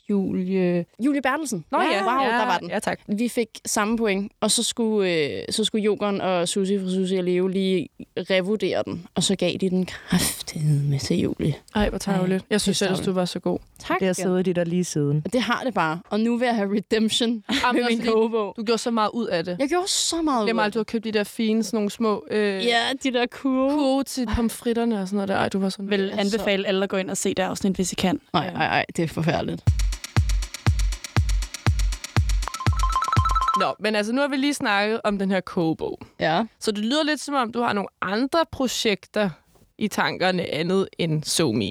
Speaker 10: Julie, Julie Bertelsen.
Speaker 11: Nå ja,
Speaker 10: wow,
Speaker 11: ja,
Speaker 10: der var den.
Speaker 11: Ja, tak.
Speaker 10: Vi fik samme point, og så skulle, øh, så skulle Jokeren og Susie fra Susie og Leo lige revurdere den, og så gav de den kraftedeme til Julie.
Speaker 11: Ej, hvor tarveligt. Jeg synes ellers, du var så god.
Speaker 10: Tak.
Speaker 3: Det har siddet de der lige siden.
Speaker 10: Det har det bare, og nu vil jeg have redemption med min kogebog.
Speaker 11: Du gjorde så meget ud af det.
Speaker 10: Jeg gjorde så meget
Speaker 11: Glem
Speaker 10: ud af
Speaker 11: aldrig, du har købt de der fine, sådan nogle små... Øh,
Speaker 10: Ja, de der kurve.
Speaker 11: Kurve til pomfritterne og sådan noget der. Ej, du var sådan...
Speaker 1: Vil anbefale alle at gå ind og se det afsnit, hvis I kan.
Speaker 10: Nej, nej, nej, det er forfærdeligt.
Speaker 11: Nå, men altså, nu har vi lige snakket om den her kogebog.
Speaker 10: Ja.
Speaker 11: Så det lyder lidt som om, du har nogle andre projekter i tankerne andet end SoMe.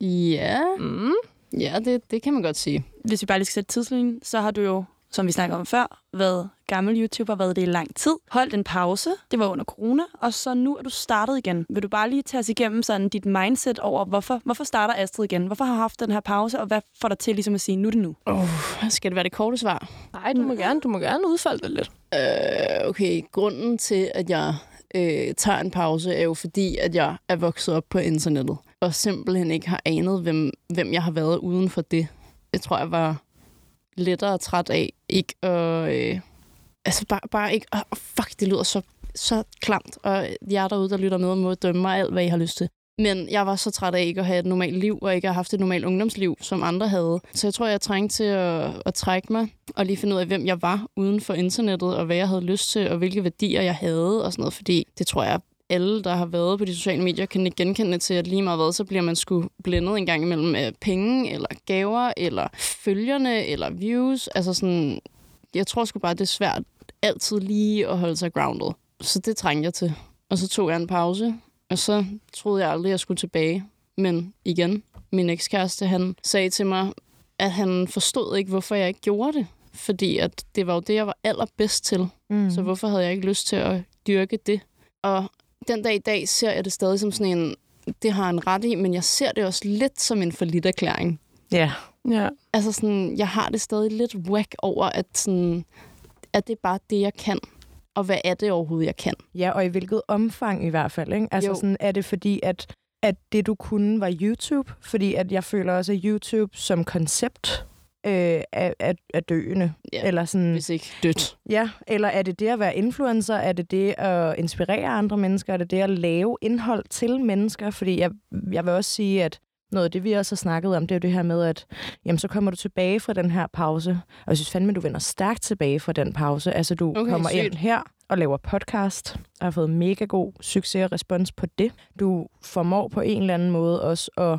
Speaker 10: Ja.
Speaker 11: Mm.
Speaker 10: Ja, det, det kan man godt sige.
Speaker 1: Hvis vi bare lige skal sætte tidslinjen, så har du jo, som vi snakkede om før, været gammel YouTuber, været det i lang tid, holdt en pause, det var under corona, og så nu er du startet igen. Vil du bare lige tage os igennem sådan dit mindset over, hvorfor, hvorfor starter Astrid igen? Hvorfor har du haft den her pause, og hvad får dig til ligesom at sige, nu er det nu?
Speaker 10: Oh, skal det være det korte svar?
Speaker 11: Nej, du må gerne, du må gerne udfolde det lidt.
Speaker 10: Øh, okay, grunden til, at jeg øh, tager en pause, er jo fordi, at jeg er vokset op på internettet. Og simpelthen ikke har anet, hvem, hvem jeg har været uden for det. Jeg tror, jeg var lettere træt af ikke at... Øh, altså bare, bare ikke... Oh, fuck, det lyder så, så klamt. Og jer derude, der lytter med, må dømme mig alt, hvad I har lyst til. Men jeg var så træt af ikke at have et normalt liv, og ikke at have haft et normalt ungdomsliv, som andre havde. Så jeg tror, jeg trængte til at, at trække mig, og lige finde ud af, hvem jeg var uden for internettet, og hvad jeg havde lyst til, og hvilke værdier jeg havde, og sådan noget. Fordi det tror jeg, alle, der har været på de sociale medier, kan ikke genkende til, at lige meget hvad, så bliver man sgu blændet en gang imellem af penge, eller gaver, eller følgerne, eller views. Altså sådan, jeg tror sgu bare, det er svært altid lige at holde sig grounded. Så det trængte jeg til. Og så tog jeg en pause, og så troede jeg aldrig, jeg skulle tilbage. Men igen, min ekskæreste, han sagde til mig, at han forstod ikke, hvorfor jeg ikke gjorde det. Fordi at det var jo det, jeg var allerbedst til.
Speaker 3: Mm.
Speaker 10: Så hvorfor havde jeg ikke lyst til at dyrke det? Og den dag i dag ser jeg det stadig som sådan en, det har en ret i, men jeg ser det også lidt som en forlitterklæring.
Speaker 3: Ja.
Speaker 11: Ja.
Speaker 10: Altså sådan, jeg har det stadig lidt whack over, at sådan, at det er bare det, jeg kan. Og hvad er det overhovedet, jeg kan?
Speaker 3: Ja, og i hvilket omfang i hvert fald, ikke? Altså
Speaker 10: Jo.
Speaker 3: sådan, er det fordi, at, at det du kunne var YouTube? Fordi at jeg føler også, at YouTube som koncept øh, er, er, er døende.
Speaker 10: Ja,
Speaker 3: eller sådan,
Speaker 10: hvis ikke dødt.
Speaker 3: Ja, eller er det det at være influencer? Er det det at inspirere andre mennesker? Er det det at lave indhold til mennesker? Fordi jeg, jeg vil også sige, at noget af det, vi også har snakket om, det er jo det her med, at jamen, så kommer du tilbage fra den her pause. Og jeg synes fandme, du vender stærkt tilbage fra den pause. Altså, du
Speaker 10: Okay,
Speaker 3: kommer
Speaker 10: sygt.
Speaker 3: ind her og laver podcast, og har fået mega god succes og respons på det. Du formår på en eller anden måde også at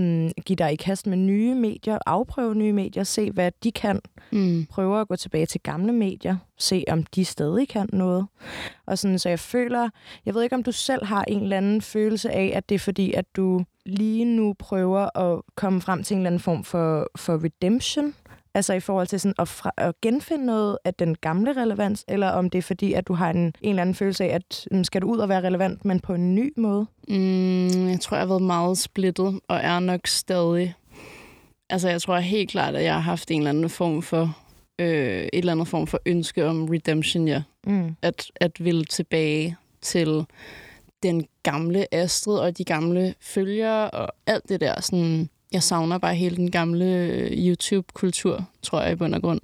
Speaker 3: mm, give dig i kast med nye medier, afprøve nye medier, se hvad de kan,
Speaker 10: mm.
Speaker 3: prøve at gå tilbage til gamle medier, se om de stadig kan noget. Og sådan, så jeg føler, jeg ved ikke om du selv har en eller anden følelse af, at det er fordi, at du lige nu prøver at komme frem til en eller anden form for, for redemption, altså i forhold til sådan at, fra, at genfinde noget af den gamle relevans, eller om det er fordi, at du har en, en eller anden følelse af, at mm, skal du ud og være relevant, men på en ny måde?
Speaker 10: Mm, jeg tror, jeg har været meget splittet, og er nok stadig. Altså, jeg tror helt klart, at jeg har haft en eller anden form for, øh, et eller andet form for ønske om redemption, ja.
Speaker 3: Mm.
Speaker 10: At, at ville tilbage til den gamle Astrid og de gamle følgere og alt det der. Sådan, jeg savner bare hele den gamle øh, YouTube-kultur, tror jeg i bund og grund.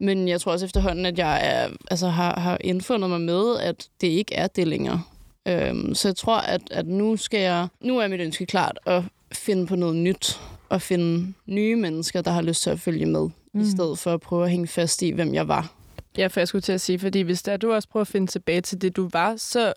Speaker 10: Men jeg tror også efterhånden, at jeg er, altså, har, har indfundet mig med, at det ikke er det længere. Øhm, så jeg tror, at, at nu, skal jeg, nu er mit ønske klart at finde på noget nyt, og finde nye mennesker, der har lyst til at følge med, mm. i stedet for at prøve at hænge fast i, hvem jeg var.
Speaker 11: Ja, for jeg skulle til at sige, fordi hvis der du også prøver at finde tilbage til det, du var, så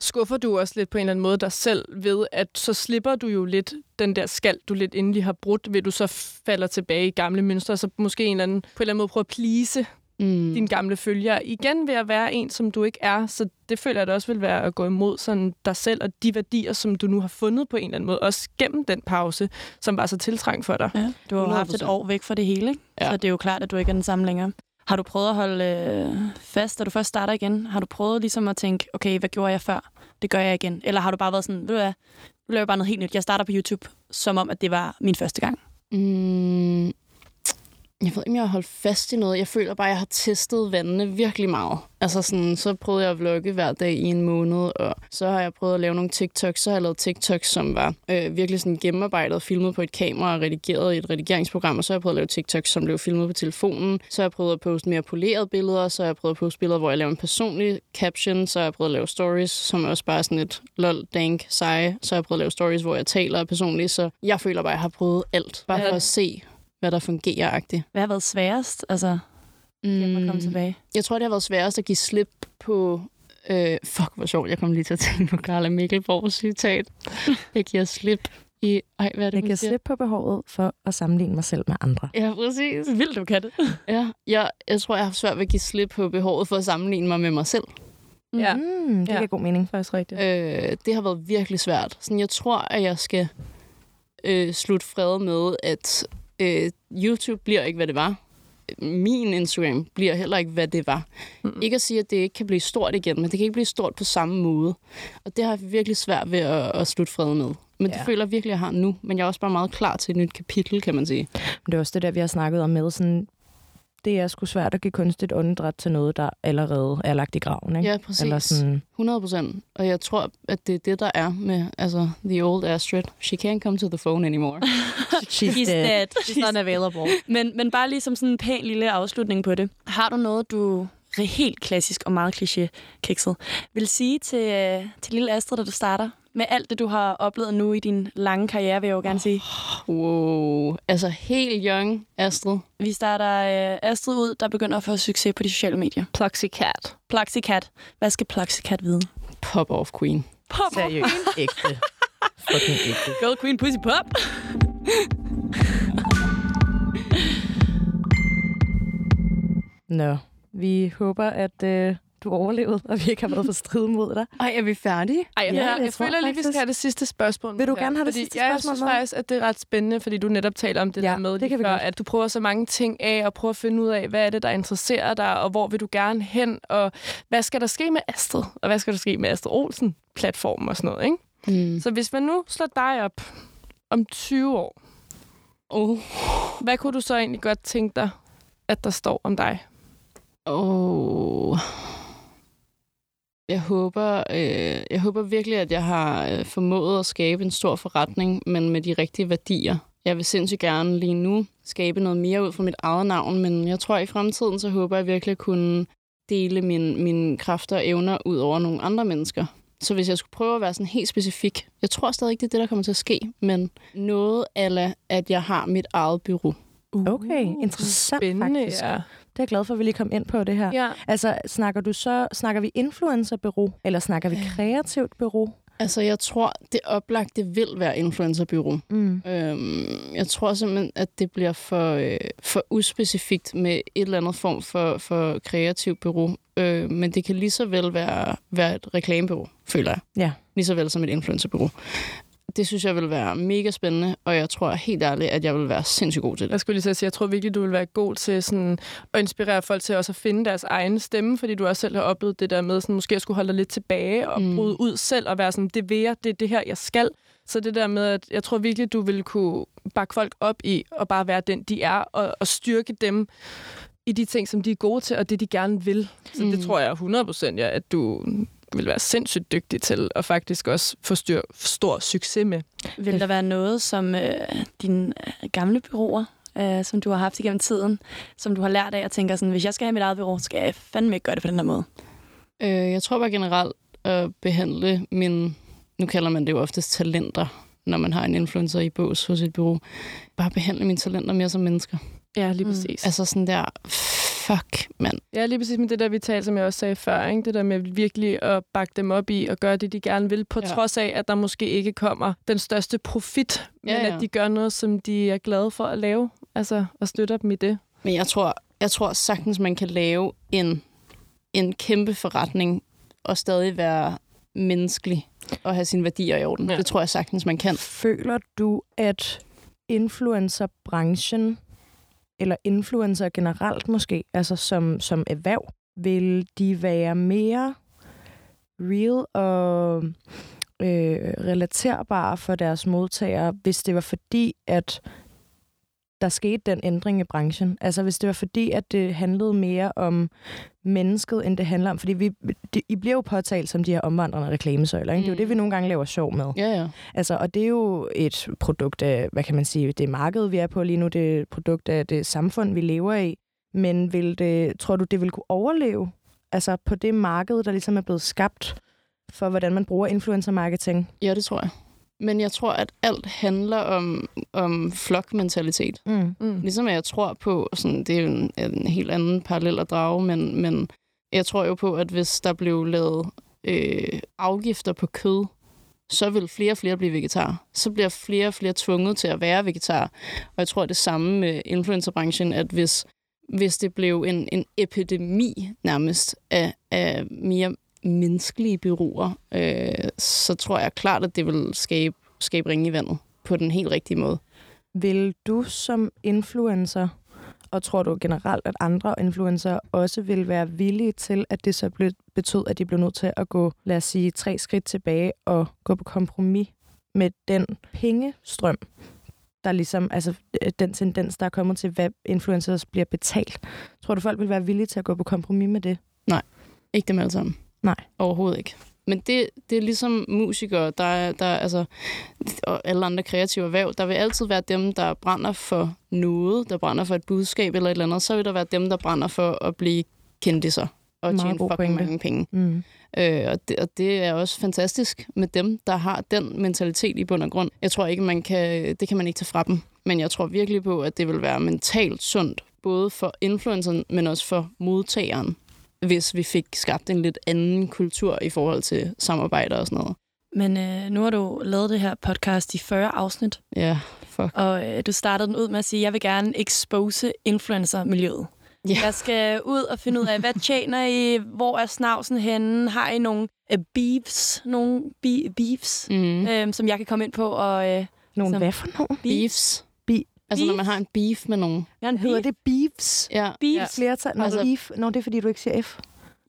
Speaker 11: skuffer du også lidt på en eller anden måde dig selv ved, at så slipper du jo lidt den der skald, du lidt endelig har brudt, ved du så falder tilbage i gamle mønstre, så måske en eller anden, på en eller anden måde prøver at plise mm. dine gamle følgere igen ved at være en, som du ikke er. Så det føler jeg det også vil være at gå imod sådan dig selv og de værdier, som du nu har fundet på en eller anden måde, også gennem den pause, som var så tiltrængt for dig.
Speaker 1: Ja, Du har jo haft et
Speaker 11: 100%.
Speaker 1: år væk fra det hele, ikke? Ja. så det er jo klart, at du ikke er den samme længere. Har du prøvet at holde øh, fast, da du først starter igen? Har du prøvet ligesom at tænke, okay, hvad gjorde jeg før? Det gør jeg igen. Eller har du bare været sådan, ved du hvad, nu laver jeg bare noget helt nyt. Jeg starter på YouTube, som om, at det var min første gang.
Speaker 10: Mm, jeg ved ikke, om jeg har holdt fast i noget. Jeg føler bare, at jeg har testet vandene virkelig meget. Altså sådan, så prøvede jeg at vlogge hver dag i en måned, og så har jeg prøvet at lave nogle TikToks. Så har jeg lavet TikToks, som var øh, virkelig sådan gennemarbejdet, filmet på et kamera og redigeret i et redigeringsprogram. Og så har jeg prøvet at lave TikToks, som blev filmet på telefonen. Så har jeg prøvet at poste mere polerede billeder. Så har jeg prøvet at poste billeder, hvor jeg laver en personlig caption. Så har jeg prøvet at lave stories, som også bare er sådan et lol, dank, seje. Så har jeg prøvet at lave stories, hvor jeg taler personligt. Så jeg føler bare, at jeg har prøvet alt. Bare
Speaker 1: Ja.
Speaker 10: for at se, hvad der fungerer -agtigt.
Speaker 1: Hvad har været sværest? Altså,
Speaker 10: mm. at
Speaker 1: komme tilbage.
Speaker 10: Jeg tror, det har været sværest at give slip på... Øh, fuck, hvor sjovt. Jeg kom lige til at tænke på Carla Mikkelborgs citat. Jeg giver slip i... Ej, hvad er det,
Speaker 3: Jeg
Speaker 10: hun
Speaker 3: kan
Speaker 10: siger?
Speaker 3: slippe på behovet for at sammenligne mig selv med andre.
Speaker 10: Ja, præcis.
Speaker 1: Vildt, du kan det.
Speaker 10: Ja, jeg, jeg tror, jeg har haft svært ved at give slip på behovet for at sammenligne mig med mig selv.
Speaker 11: Ja.
Speaker 3: Mm, det
Speaker 10: Ja.
Speaker 3: giver god mening.
Speaker 11: Faktisk rigtigt.
Speaker 10: Øh, det har været virkelig svært. Sådan, jeg tror, at jeg skal øh, slutte fred med, at øh, YouTube bliver ikke, hvad det var. Min Instagram bliver heller ikke, hvad det var. Mm. Ikke at sige, at det ikke kan blive stort igen, men det kan ikke blive stort på samme måde. Og det har jeg virkelig svært ved at, at slutte fred med. Men ja.
Speaker 3: Ja.
Speaker 10: det føler jeg virkelig, at jeg har nu. Men jeg er også bare meget klar til et nyt kapitel, kan man sige.
Speaker 3: Men det er også det der, vi har snakket om med sådan... Det er sgu svært at give kunstigt åndedræt til noget, der allerede er lagt i graven, ikke?
Speaker 10: Ja, præcis.
Speaker 3: Eller sådan,
Speaker 10: 100 procent. Og jeg tror, at det er det, der er med altså, the old Astrid. She can't come to the phone anymore.
Speaker 1: She's dead. She's unavailable. men, men bare lige som sådan en pæn lille afslutning på det. Har du noget, du re- helt klassisk og meget kliché kikset, vil sige til, øh, til lille Astrid, da du starter? Med alt det, du har oplevet nu i din lange karriere, vil jeg jo gerne sige.
Speaker 10: Wow. Altså helt young, Astrid.
Speaker 1: Vi starter øh, Astrid ud, der begynder at få succes på de sociale medier.
Speaker 11: Pluxicat.
Speaker 1: Pluxicat. Hvad skal Pluxicat vide?
Speaker 10: Pop-off queen.
Speaker 1: Pop.
Speaker 3: Seriøst, ægte. Fucking ægte.
Speaker 1: Girl Queen Pussy Pop.
Speaker 3: Nå, vi håber, at øh, du overlevede, og vi ikke har været for strid mod dig.
Speaker 10: Ej, er vi færdige?
Speaker 11: Ej, jeg,
Speaker 3: Ja,
Speaker 11: ja,
Speaker 3: jeg
Speaker 11: jeg, jeg
Speaker 3: tror
Speaker 11: føler lige, vi skal
Speaker 3: faktisk-
Speaker 11: have det sidste spørgsmål.
Speaker 3: Vil du
Speaker 11: med her,
Speaker 3: gerne have det
Speaker 11: fordi
Speaker 3: sidste
Speaker 11: jeg
Speaker 3: spørgsmål
Speaker 11: Jeg
Speaker 3: med?
Speaker 11: synes faktisk, at det er ret spændende, fordi du netop taler om det ja, der med, det kan før, at du prøver så mange ting af, og prøver at finde ud af, hvad er det, der interesserer dig, og hvor vil du gerne hen, og hvad skal der ske med Astrid, og hvad skal der ske med Astrid Olsen-platformen og sådan noget, ikke?
Speaker 10: Mm.
Speaker 11: Så hvis man nu slår dig op om 20 år,
Speaker 10: oh.
Speaker 11: hvad kunne du så egentlig godt tænke dig, at der står om dig?
Speaker 10: Oh. Jeg håber, øh, jeg håber virkelig, at jeg har øh, formået at skabe en stor forretning, men med de rigtige værdier. Jeg vil sindssygt gerne lige nu skabe noget mere ud fra mit eget navn, men jeg tror i fremtiden, så håber jeg virkelig at kunne dele min, mine kræfter og evner ud over nogle andre mennesker. Så hvis jeg skulle prøve at være sådan helt specifik, jeg tror stadig ikke, det er det, der kommer til at ske, men noget ala, at jeg har mit eget bureau.
Speaker 3: Okay, interessant
Speaker 11: spændende,
Speaker 3: faktisk.
Speaker 11: ja.
Speaker 3: Det er jeg glad for, at vi lige kom ind på det her.
Speaker 11: Ja.
Speaker 3: Altså, snakker du så, snakker vi influencerbureau, eller snakker vi kreativt bureau?
Speaker 10: Altså, jeg tror, det oplagte vil være influencerbyrå.
Speaker 3: Mm.
Speaker 10: Øhm, jeg tror simpelthen, at det bliver for, øh, for uspecifikt med et eller andet form for, for kreativ bureau. Øh, men det kan lige så vel være, være et reklamebureau, føler jeg.
Speaker 3: Ja.
Speaker 10: Lige så vel som et influencerbureau. Det synes jeg vil være mega spændende, og jeg tror helt ærligt, at jeg vil være sindssygt god til det.
Speaker 11: Jeg skulle lige til at sige, jeg tror virkelig, du vil være god til sådan, at inspirere folk til også at finde deres egen stemme, fordi du også selv har oplevet det der med, sådan, måske at skulle holde dig lidt tilbage og
Speaker 10: Mm.
Speaker 11: mm. bryde ud selv og være sådan, det vil jeg, det er det her, jeg skal. Så det der med, at jeg tror virkelig, du vil kunne bakke folk op i og bare være den, de er, og, og styrke dem i de ting, som de er gode til, og det, de gerne vil. Så mm. det tror jeg 100 procent, ja, at du vil være sindssygt dygtig til, og faktisk også få styr, stor succes med.
Speaker 1: Vil der være noget, som øh, dine øh, gamle byråer, øh, som du har haft igennem tiden, som du har lært af og tænker sådan, hvis jeg skal have mit eget bureau, skal jeg fandme ikke gøre det på den her måde?
Speaker 10: Øh, jeg tror bare generelt at behandle min... Nu kalder man det jo oftest talenter, når man har en influencer i bås hos et bureau. Bare behandle mine talenter mere som mennesker.
Speaker 11: Ja, lige præcis.
Speaker 10: Altså sådan der, fuck, mand.
Speaker 11: Ja, lige præcis med det der, vi talte, som jeg også sagde før. Ikke? Det der med virkelig at bakke dem op i og gøre det, de gerne vil, på
Speaker 10: Ja.
Speaker 11: ja. trods af, at der måske ikke kommer den største profit, men
Speaker 10: Ja,
Speaker 11: ja,
Speaker 10: ja.
Speaker 11: ja. at de gør noget, som de er glade for at lave, altså og støtter dem i det.
Speaker 10: Men jeg tror, jeg tror sagtens, man kan lave en, en kæmpe forretning og stadig være menneskelig og have sine værdier i orden. Ja. Det tror jeg sagtens, man kan.
Speaker 3: Føler du, at influencerbranchen, eller influencer generelt måske, altså som, som erhverv, vil de være mere real og øh, relaterbare for deres modtagere, hvis det var fordi, at der skete den ændring i branchen. Altså hvis det var fordi, at det handlede mere om mennesket, end det handler om... Fordi vi, de, I bliver jo påtalt som de her omvandrende reklamesøjler. Ikke? Det er jo det, vi nogle gange laver sjov med.
Speaker 10: Ja, ja.
Speaker 3: Altså, og det er jo et produkt af, hvad kan man sige, det marked, vi er på lige nu, det er et produkt af det samfund, vi lever i. Men vil det, tror du, det vil kunne overleve? Altså på det marked, der ligesom er blevet skabt for, hvordan man bruger influencer-marketing?
Speaker 10: Ja, det tror jeg. Men jeg tror, at alt handler om, om flokmentalitet.
Speaker 3: Mm.
Speaker 11: Mm.
Speaker 10: Ligesom at jeg tror på, sådan, det er jo en, en helt anden parallel at drage, men, men jeg tror jo på, at hvis der blev lavet øh, afgifter på kød, så vil flere og flere blive vegetar. Så bliver flere og flere tvunget til at være vegetar. Og jeg tror det samme med influencerbranchen, at hvis, hvis det blev en, en epidemi nærmest af, af mere menneskelige byråer, øh, så tror jeg klart, at det vil skabe, skabe ringe i vandet på den helt rigtige måde.
Speaker 3: Vil du som influencer, og tror du generelt, at andre influencer også vil være villige til, at det så blev, betød, at de blev nødt til at gå, lad os sige, tre skridt tilbage og gå på kompromis med den pengestrøm, der ligesom, altså øh, den tendens, der er kommet til, hvad influencers bliver betalt. Tror du, folk vil være villige til at gå på kompromis med det?
Speaker 10: Nej, ikke dem alle sammen.
Speaker 3: Nej.
Speaker 10: Overhovedet ikke. Men det, det er ligesom musikere, der, er- der er, altså, og alle andre kreative erhverv, der vil altid være dem, der brænder for noget, der brænder for et budskab eller et eller andet, så vil der være dem, der brænder for at blive kendtiser og
Speaker 3: Meget
Speaker 10: tjene
Speaker 3: god
Speaker 10: fucking
Speaker 3: pointe.
Speaker 10: mange penge.
Speaker 3: Mm.
Speaker 10: Øh, og, det, og det er også fantastisk med dem, der har den mentalitet i bund og grund. Jeg tror ikke, man kan, det kan man ikke tage fra dem. Men jeg tror virkelig på, at det vil være mentalt sundt, både for influenceren, men også for modtageren, hvis vi fik skabt en lidt anden kultur i forhold til samarbejder og sådan noget.
Speaker 1: Men øh, nu har du lavet det her podcast i 40 afsnit,
Speaker 10: Ja, fuck.
Speaker 1: og øh, du startede den ud med at sige, at jeg vil gerne expose influencer-miljøet.
Speaker 10: Ja.
Speaker 1: Jeg skal ud og finde ud af, hvad tjener I? Hvor er snavsen henne? Har I nogle øh, beefs? Nogle be- beefs,
Speaker 10: mm.
Speaker 1: øh, som jeg kan komme ind på? Og, øh,
Speaker 3: Nogle
Speaker 1: som-
Speaker 3: hvad for nogle?
Speaker 10: Beefs.
Speaker 3: Be-
Speaker 10: altså, når man har en beef med nogen.
Speaker 1: Jeg har en
Speaker 3: Hedder det beefs?
Speaker 10: Ja.
Speaker 1: Beefs.
Speaker 3: Flertal? Nå, altså,
Speaker 10: Altså-
Speaker 3: beef. Nå, det er fordi, du ikke siger F.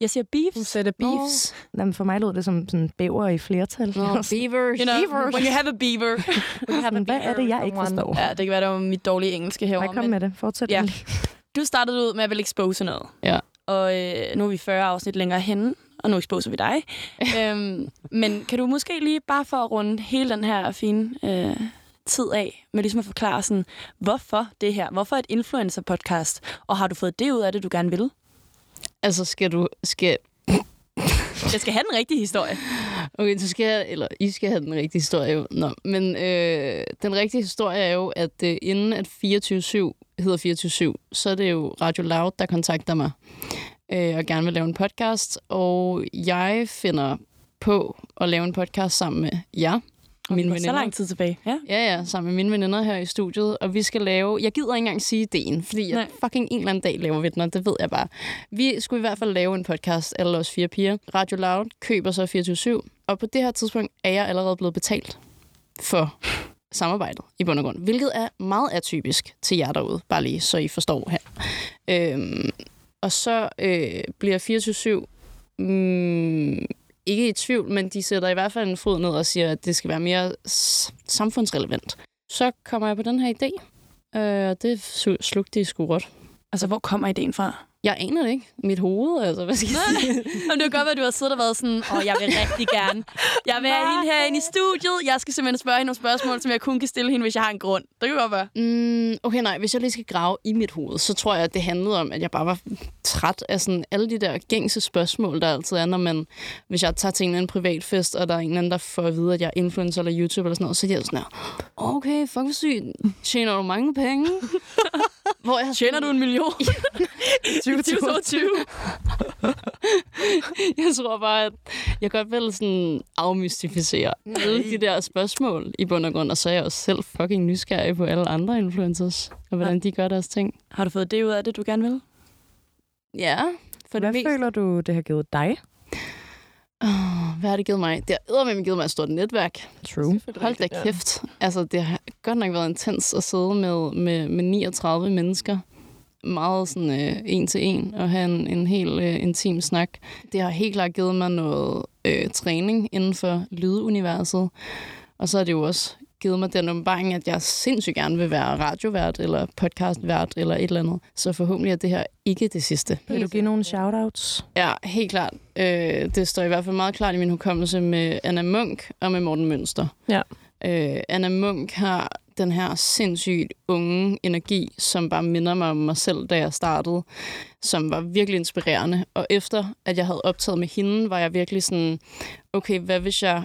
Speaker 1: Jeg siger beefs.
Speaker 11: Hun sætter beefs.
Speaker 3: Nå, men for mig lød det som sådan bæver i flertal.
Speaker 10: Nå, beavers.
Speaker 1: You know, when you have a beaver. When you have a
Speaker 3: Hvad er det, jeg ikke forstår?
Speaker 1: Ja, det kan være, det var mit dårlige engelske
Speaker 3: Nej,
Speaker 1: herovre.
Speaker 3: kom
Speaker 1: men-
Speaker 3: med det. Fortsæt
Speaker 1: Ja.
Speaker 3: ja.
Speaker 1: Du startede ud med at vil expose noget.
Speaker 10: Ja.
Speaker 1: Og øh, nu er vi 40 afsnit længere henne, og nu exposer vi dig. øhm, men kan du måske lige, bare for at runde hele den her fine øh, tid af, med ligesom at forklare sådan, hvorfor det her? Hvorfor et influencer-podcast? Og har du fået det ud af det, du gerne vil?
Speaker 10: Altså, skal du... Skal,
Speaker 1: Jeg skal have den rigtige historie.
Speaker 10: Okay, du skal have, eller I skal have den rigtige historie. jo. Nå, men øh, den rigtige historie er jo, at øh, inden at 24-7 hedder 24-7, så er det jo Radio Loud, der kontakter mig øh, og gerne vil lave en podcast. Og jeg finder på at lave en podcast sammen med jer, mine
Speaker 1: Det er så
Speaker 10: veninder.
Speaker 1: lang tid tilbage. Ja.
Speaker 10: Ja, ja, sammen med mine veninder her i studiet, og vi skal lave... Jeg gider ikke engang sige ideen, fordi jeg
Speaker 1: Nej.
Speaker 10: fucking en eller anden dag laver vi den, og det ved jeg bare. Vi skulle i hvert fald lave en podcast, alle os fire piger. Radio Loud køber så 24-7, og på det her tidspunkt er jeg allerede blevet betalt for samarbejdet i bund og grund, hvilket er meget atypisk til jer derude, bare lige så I forstår her. Øhm, og så øh, bliver 24-7 mm, ikke i tvivl, men de sætter i hvert fald en fod ned og siger, at det skal være mere s- samfundsrelevant. Så kommer jeg på den her idé, øh, og det su- slugte de sgu godt.
Speaker 1: Altså, hvor kommer ideen fra?
Speaker 10: Jeg aner det ikke. Mit hoved, altså, hvad skal jeg sige?
Speaker 1: Jamen, det kan godt være, at du har siddet og været sådan, åh, jeg vil rigtig gerne. Jeg vil have hende herinde i studiet. Jeg skal simpelthen spørge hende nogle spørgsmål, som jeg kun kan stille hende, hvis jeg har en grund. Det kan godt være.
Speaker 10: Mm, okay, nej, hvis jeg lige skal grave i mit hoved, så tror jeg, at det handlede om, at jeg bare var træt af sådan alle de der gængse spørgsmål, der altid er, når man, hvis jeg tager til en eller anden privatfest, og der er en eller anden, der får at vide, at jeg er influencer eller YouTuber eller sådan noget, så er jeg sådan her, okay, fuck hvor sygt, tjener du mange penge? Hvor jeg
Speaker 1: Tjener du en million?
Speaker 10: I 2022. jeg tror bare, at jeg godt vil sådan afmystificere alle de der spørgsmål i bund og grund, og så er jeg også selv fucking nysgerrig på alle andre influencers, og hvordan de gør deres ting.
Speaker 1: Har du fået det ud af det, du gerne vil?
Speaker 10: Ja. For
Speaker 3: Hvad føler du, det har givet dig?
Speaker 10: Oh, hvad har det givet mig? Det har eddermame givet mig et stort netværk.
Speaker 3: True.
Speaker 10: Hold da kæft. Altså, det har godt nok været intens at sidde med, med, med 39 mennesker. Meget sådan øh, en til en, og have en, en helt øh, intim snak. Det har helt klart givet mig noget øh, træning inden for lyduniverset. Og så har det jo også givet mig den åbenbaring, at jeg sindssygt gerne vil være radiovært, eller podcastvært, eller et eller andet. Så forhåbentlig er det her ikke det sidste.
Speaker 3: Vil du give nogle shoutouts?
Speaker 10: Ja, helt klart. Øh, det står i hvert fald meget klart i min hukommelse med Anna Munk og med Morten Mønster.
Speaker 11: Ja.
Speaker 10: Øh, Anna Munk har den her sindssygt unge energi, som bare minder mig om mig selv, da jeg startede, som var virkelig inspirerende. Og efter, at jeg havde optaget med hende, var jeg virkelig sådan, okay, hvad hvis jeg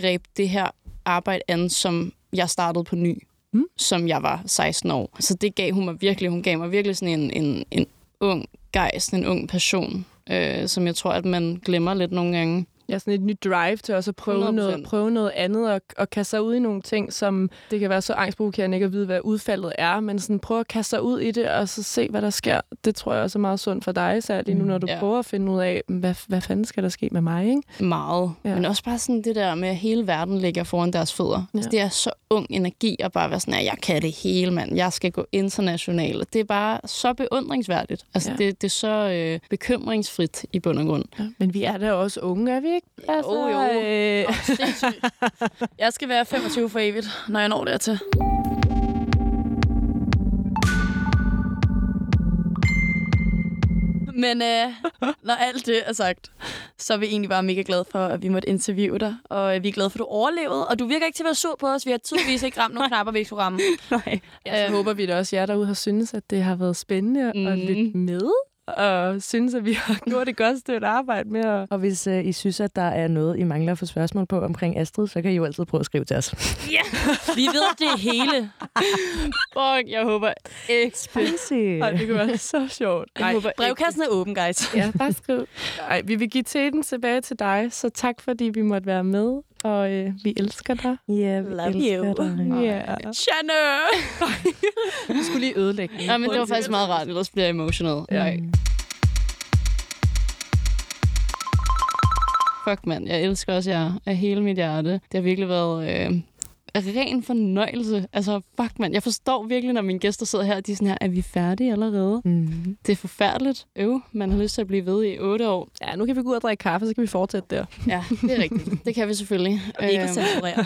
Speaker 10: greb det her arbejde an, som jeg startede på ny, mm. som jeg var 16 år. Så det gav hun mig virkelig. Hun gav mig virkelig sådan en, en, en ung gejst, en ung passion, øh, som jeg tror, at man glemmer lidt nogle gange.
Speaker 11: Ja, sådan et nyt drive til også at prøve,
Speaker 10: 100%.
Speaker 11: noget, prøve noget andet og, og kaste sig ud i nogle ting, som det kan være så angstprovokerende ikke at vide, hvad udfaldet er, men sådan prøve at kaste sig ud i det og så se, hvad der sker. Det tror jeg også er meget sundt for dig, særligt lige nu, når du
Speaker 10: Mm, Ja.
Speaker 11: ja. prøver at finde ud af, hvad, hvad fanden skal der ske med mig, ikke?
Speaker 10: Meget.
Speaker 11: Ja.
Speaker 10: Men også bare sådan det der med, at hele verden ligger foran deres fødder. Ja.
Speaker 11: Ja.
Speaker 10: Altså, det er så ung energi at bare være sådan, at jeg kan det hele, mand. Jeg skal gå internationalt. Og Det er bare så beundringsværdigt. Altså, ja.
Speaker 11: Ja.
Speaker 10: det, det er så øh, bekymringsfrit i bund og grund.
Speaker 11: Ja, men vi er da også unge, er vi ikke? Altså,
Speaker 1: jo.
Speaker 11: Øh,
Speaker 1: Jeg skal være 25 for evigt, når jeg når dertil. Men øh, når alt det er sagt, så er vi egentlig bare mega glade for, at vi måtte interviewe dig. Og øh, vi er glade for, at du overlevede. Og du virker ikke til at være sur på os. Vi har tydeligvis ikke ramt nogle knapper, vi ikke skulle ramme.
Speaker 10: Nej.
Speaker 11: Jeg
Speaker 1: Øh,
Speaker 11: øhm. håber vi da også, jer derude har syntes, at det har været spændende mm. at lytte med, og synes, at vi har gjort et godt stykke arbejde med at...
Speaker 3: Og hvis øh, I synes, at der er noget, I mangler at få spørgsmål på omkring Astrid, så kan I jo altid prøve at skrive til os.
Speaker 1: Vi ved det hele.
Speaker 10: Fuck, jeg håber
Speaker 3: Fancy.
Speaker 11: Ej, det kunne være så sjovt.
Speaker 1: Jeg håber ikke- Brevkassen er åben, guys.
Speaker 11: ja, bare skriv. Ej, vi vil give teten tilbage til dig, så tak fordi vi måtte være med, og øh, vi elsker dig.
Speaker 3: Yeah, vi
Speaker 1: Love you.
Speaker 11: Yeah.
Speaker 1: Shanna!
Speaker 11: Du skulle lige ødelægge den.
Speaker 10: Ja, men det var faktisk meget rart, ellers bliver jeg emotional. Ja. Nej. Fuck, mand. Jeg elsker også jer af hele mit hjerte. Det har virkelig været øh, ren fornøjelse. Altså, fuck, mand. Jeg forstår virkelig, når mine gæster sidder her, og de er sådan her, er vi færdige allerede?
Speaker 3: Mm.
Speaker 10: Det er forfærdeligt. Øv, man har lyst til at blive ved i otte år.
Speaker 11: Ja, nu kan vi gå ud og drikke kaffe, så kan vi fortsætte der.
Speaker 10: Ja, det er rigtigt. Det kan vi selvfølgelig.
Speaker 1: Ikke
Speaker 10: Øhm,
Speaker 1: censurere.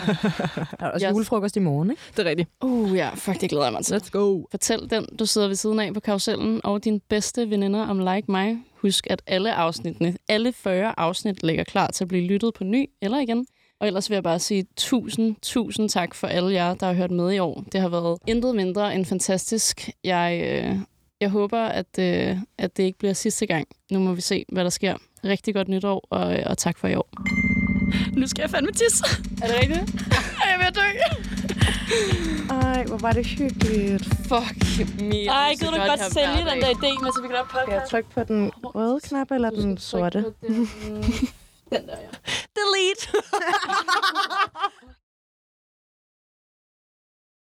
Speaker 3: Der er også
Speaker 10: Yes.
Speaker 3: yes. julefrokost i morgen, ikke?
Speaker 11: Det er rigtigt.
Speaker 10: Uh, ja, fuck, det glæder jeg mig til.
Speaker 11: Let's go.
Speaker 10: Fortæl den, du sidder ved siden af på karusellen, og dine bedste veninder om Like Mig. Husk, at alle afsnittene, alle 40 afsnit ligger klar til at blive lyttet på ny eller igen. Og ellers vil jeg bare sige tusind, tusind tak for alle jer, der har hørt med i år. Det har været intet mindre end fantastisk. Jeg, øh, jeg håber, at, øh, at det ikke bliver sidste gang. Nu må vi se, hvad der sker. Rigtig godt nytår, og, øh, og tak for i år.
Speaker 1: Nu skal jeg fandme tisse.
Speaker 10: Er det rigtigt?
Speaker 1: Jeg er ved at dø.
Speaker 3: Ej, hvor var det hyggeligt.
Speaker 10: Fuck me.
Speaker 1: Ej, gider du ikke godt sælge den der idé, mens vi kan lave
Speaker 3: Skal jeg
Speaker 1: podcast?
Speaker 3: trykke på den røde knap eller den sorte?
Speaker 10: Den der, ja.
Speaker 1: Delete.